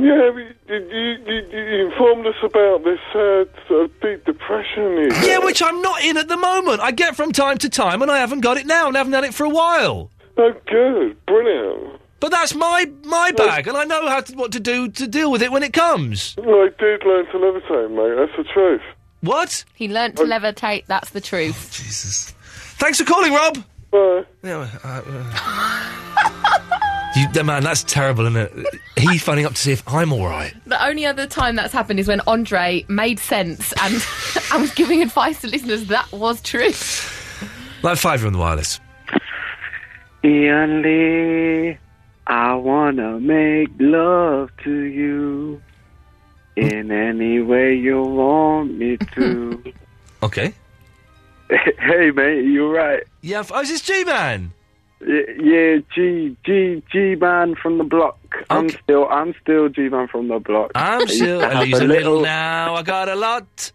Yeah, but you, you, you, you informed us about this uh, sort of deep depression you got.
Yeah, which I'm not in at the moment. I get from time to time and I haven't got it now and haven't had it for a while.
Oh, good, brilliant.
But that's my my bag and I know how to, what to do to deal with it when it comes.
I did learn to levitate, mate, that's the truth.
What? Oh,
He learnt to levitate. That's the truth.
Jesus. Thanks for calling, Rob.
Bye.
Yeah, uh, uh. you, man, that's terrible, isn't it? He phoning up to see if I'm all right.
The only other time that's happened is when Andre made sense and, and was giving advice to listeners that was true.
Line five, you're on the wireless.
Ian Lee, I wanna make love to you in any way you want me to.
Okay.
hey, mate, you right.
Yeah, f- oh, is this G Man?
Yeah, G G G man from the block. I'm still I'm still G man from the block. I
I'm
used
still
to
I
have
lose a little now. I got a lot.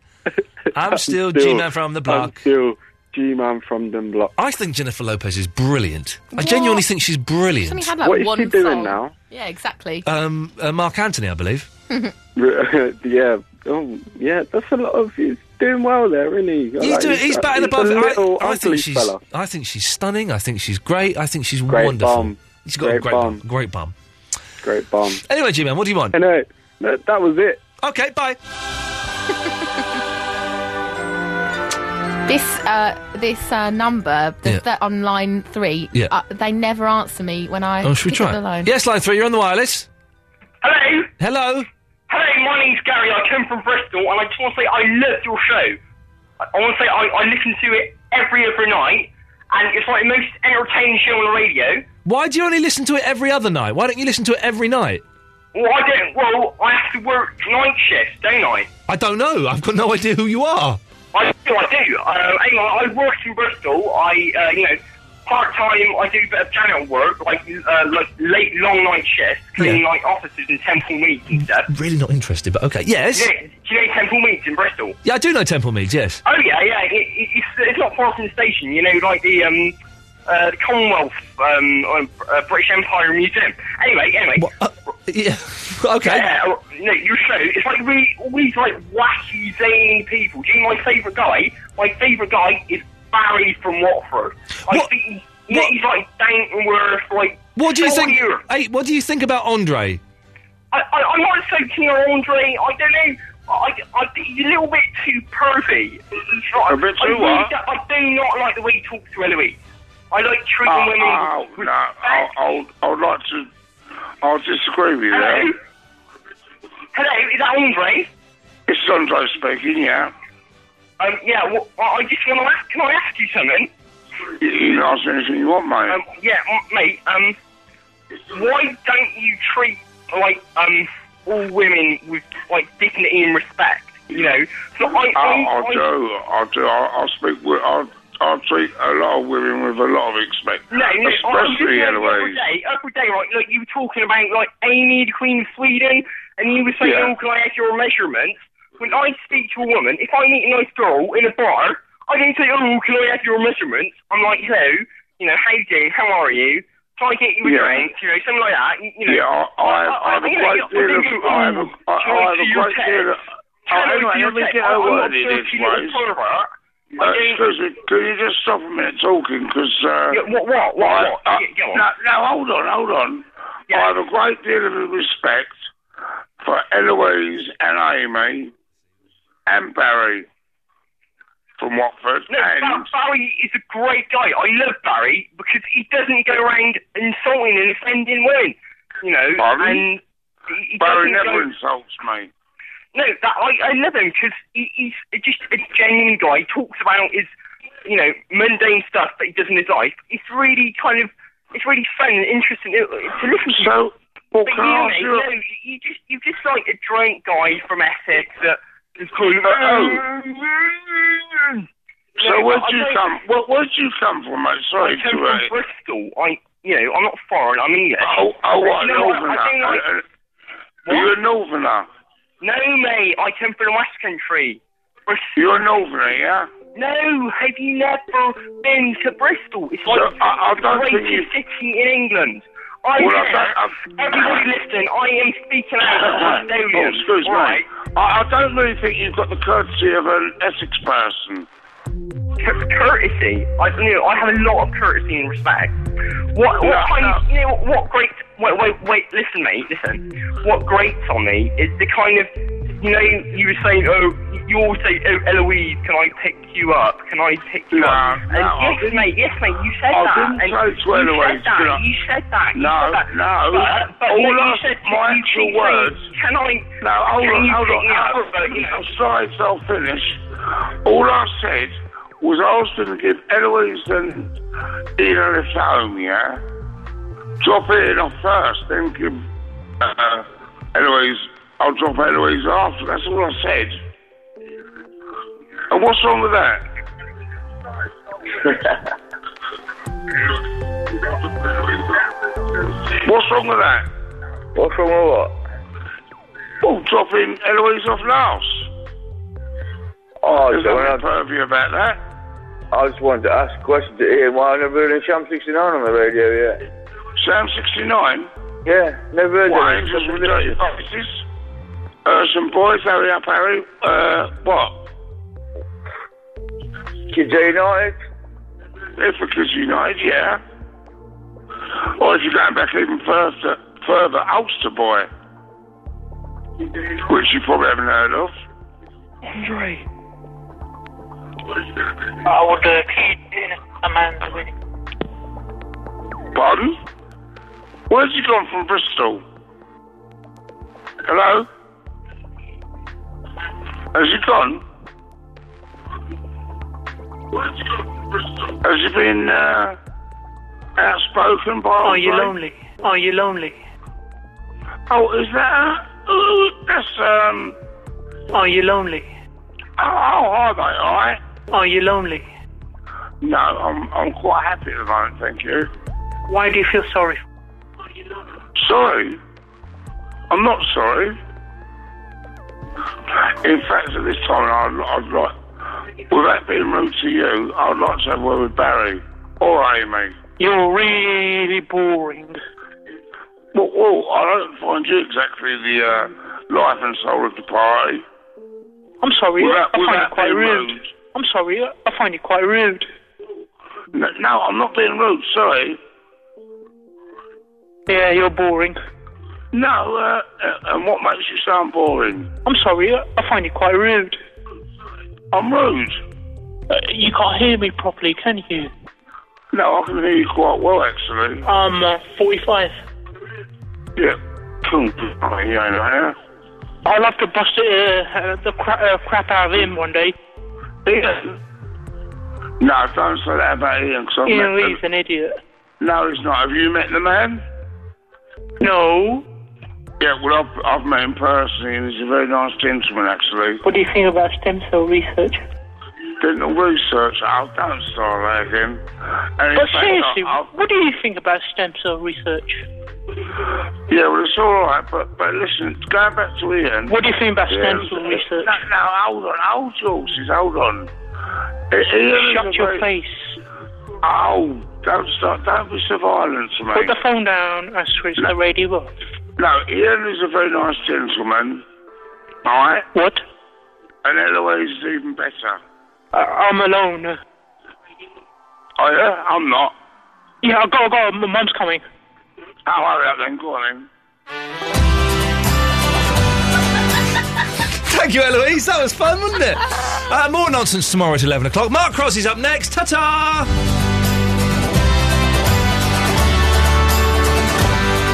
I'm still G Man from the
I'm
block.
still G man from the block.
I think Jennifer Lopez is brilliant. I genuinely think she's
She's only
brilliant.
had like
What is
one
she doing
song.
now?
Yeah, exactly.
Um, uh, Mark Anthony, I believe.
yeah, oh, yeah, that's a lot of. He's doing well there, isn't he?
He's, doing, he's batting above.
A
it.
little
I, I
ugly
think she's.
fella.
I think she's stunning. I think she's great. I think she's wonderful.
bum.
She's got a
Great
great bum. Great bum.
Great bum.
Anyway, G Man, what do you want?
Anyway, that, that was it.
Okay, bye.
This uh, this uh, number the,
Yeah.
that on line three,
Yeah.
uh, they never answer me when I
Oh, should we
pick
try?
up the line.
it? Yes, line three. You're on the wireless.
Hello.
Hello.
Hello, my name's Gary. I come from Bristol, and I just want to say I love your show. I, I want to say I, I listen to it every other night, and it's like the most entertaining show on the radio.
Why do you only listen to it every other night? Why don't you listen to it every night?
Well, I don't. Well, I have to work night shift, don't I?
I don't know. I've got no idea who you are.
I do. I do. Uh, hang on. I work in Bristol. I, uh, you know, part time. I do a bit of channel work, like uh, like late long night shifts, cleaning
Yeah.
like offices and Temple Meads and stuff.
Really not interested, but okay. Yes.
Yeah, do you know Temple Meads in Bristol?
Yeah, I do know Temple Meads. Yes.
Oh yeah, yeah. It, it, it's, it's not far from the station. You know, like the um, uh, the Commonwealth um, uh, uh, British Empire Museum. Anyway, anyway.
uh, yeah. Okay.
Yeah, no, your show. It's like really all these like wacky, zany people. Do you know my favourite guy? My favourite guy is Barry from Watford. I think he, yeah, he's like Dankworth, like.
What do you
so
think?
weird.
Hey, what do you think about Andre?
I, I, I'm not so keen on Andre. I don't know. I, I think he's a little bit too pervy. He's like-
A bit
I
too
really
what?
don't- I do not like the way he talks to Eloise. I like treating
Oh,
women.
oh, no, I'll, I'll, I'll like to. I'll disagree with you there.
Hello? Hello, is that Andre?
It's Andre speaking, yeah.
Um, yeah, well, I I just want to ask. Can I ask you something?
You, you can ask anything you want, mate.
Um, yeah, m- mate. Um, why don't you treat like um all women with like dignity and respect? You know, so I,
I'll,
I,
I'll
I-
do, I'll do, I'll, I'll speak with, I'll, I treat a lot of women with a lot of respect,
No, no, I'm just
especially
saying the other
Eloise.
day, other day, right, like you were talking about like Amy, the Queen of Sweden, and you were saying,
Yeah.
"Oh, can I have your measurements?" When I speak to a woman, if I meet a nice girl in a bar, I don't say, "Oh, can I have your measurements?" I'm like, "Hello, you know, how you doing? How are you? Can I get you a
Yeah.
drink? You know, something like that." You, you know,
Yeah, I, I, have, I have a
you know,
great
I
deal of.
think it's,
I have a,
"Ooh,
I,
can
I have
see
a
your
great deal of.
tits?
Oh,
Can I see
anyway,
your
let me
tits?
get a
I'm not
word in
dirty
this
little
place.
pervert.
Uh, excuse me, can you just stop a minute talking? Because uh,
Yeah, what- what- what-
I-
what?
I-
Yeah, go on.
No, no, hold on, hold on. I have a great deal of respect for Eloise and Amy and Barry from Watford.
No,
and
Bar- Barry is a great guy. I love Barry because he doesn't go around insulting and offending women. You know,
Barry?
and he, he
Barry
doesn't
never
go-
insults me.
No, that, I, I love him because he, he's just a genuine guy. He talks about his, you know, mundane stuff that he does in his life. It's really kind of, it's really fun and interesting to, to listen to.
So, well,
but
can
you,
I ask
mate,
you a-
no, you just, you're just like a drunk guy from Essex that is calling.
Oh. So
No,
where'd
I
you
don't-
come? Where, where'd you come from? I'm sorry
I come
to.
from
uh,
Bristol. I, you know, I'm not foreign. I'm English.
Oh, oh,
But
what,
you know what,
Northerner?
I do like-
Uh, uh, You're a Northerner.
No, mate. I come from the West Country. Bristol.
You're a Northerner, yeah?
No, have you never been to Bristol? It's like
So, I- I
the
don't think you-
greatest city in England. I'm
Well, I
there. Everybody listening, I am speaking out of
oh,
Estonian.
excuse me.
right?
I, I don't really think you've got the courtesy of an Essex person.
Cour- courtesy. I you know I have a lot of courtesy and respect. What, what
No,
kind you know what, what great wait wait wait listen mate listen. What grates on me is the kind of you know you were saying oh you always say oh Eloise can I pick you up can I pick you
No,
up
no, I
and yes mate yes mate you said
I
that
didn't
and
say to
you
Eloise,
said that
can I-
you said that you
No,
said that.
no,
but, but
all
no,
I-
you said
my
you
actual
keep saying,
words-
can I
No, hold
can
on,
you
hold
pick
on.
me up
Hold
but you know
I'm sorry, so I'll finish. All I said was I was going to give Eloise and Ina a lift home, yeah? Drop it off first, then give uh, Eloise, I'll drop Eloise after. That's all I said. And what's wrong with that? What's wrong with that? What's wrong with what? Well, dropping Oh, Eloise off last.
Oh,
There's
so when
nothing
I-
pervy about that.
I just wanted to ask a question to Ian why I never heard of Sham 69 on the radio yet.
Sam 69?
Yeah, never heard
Why,
of
just
him.
with dirty voices? Uh, some boys, hurry up, Harry. Uh, what?
Kids United?
If for Kids United, yeah. Or if you're going back even further, further Ulster Boy, which you probably haven't heard of.
Andre.
Oh,
I would uh, keep in Amanda with
Pardon? Where's he gone from Bristol? Hello? Has he gone? Where's he gone from Bristol? Has he been uh, outspoken by
Are you
Andre?
Oh, lonely? Are you lonely?
Oh, is that uh, ooh,
oh,
that's um
Are you lonely?
oh, hi mate, alright?
Are you lonely?
No, I'm I'm quite happy at the moment, thank you.
Why do you feel sorry?
Sorry? I'm not sorry. In fact, at this time, I'd, I'd like, without being rude to you, I'd like to have a word with Barry or Amy.
You're really boring.
Well, well I don't find you exactly the uh, life and soul of the party.
I'm sorry.
Without,
I find
without
it quite
being
rude.
rude.
I'm sorry. I find it quite rude.
No, no, I'm not being rude, sorry.
Yeah, you're boring.
No, uh, uh, and what makes you sound boring?
I'm sorry. I find it quite rude.
I'm rude.
Uh, you can't hear me properly, can you?
No, I can hear you quite well, actually.
I'm uh, 45.
Yeah. Cool. Oh, you ain't here.
I'll have to bust it, uh, uh, the cra- uh, crap out of him one day.
Ian. No, don't say that about Ian. Cause I've
Ian
met the-
Lee's an idiot.
No, he's not. Have you met the man?
No.
Yeah, well, I've, I've met him personally, and he's a very nice gentleman, actually.
What do you think about stem cell research?
did the research. Oh, I've done starvation. And in
But
fact,
seriously,
I- I-
what do you think about stem cell research?
yeah, well, it's all right. But but listen, going back to Ian.
What do you think about stem
Yeah.
cell research?
No, no, hold on, hold horses, hold on.
Shut your face.
Oh, don't start, don't be so violent to me.
Put the phone down and switch the radio off.
No, Ian is a very nice gentleman. Alright?
What?
And Eloise is even better.
I- I'm alone.
Oh yeah? I'm not.
Yeah, go, go, my mum's coming.
I'll hurry up then, go on then.
Thank you, Eloise. That was fun, wasn't it? Uh, more nonsense tomorrow at 11 o'clock. Mark Cross is up next. Ta ta!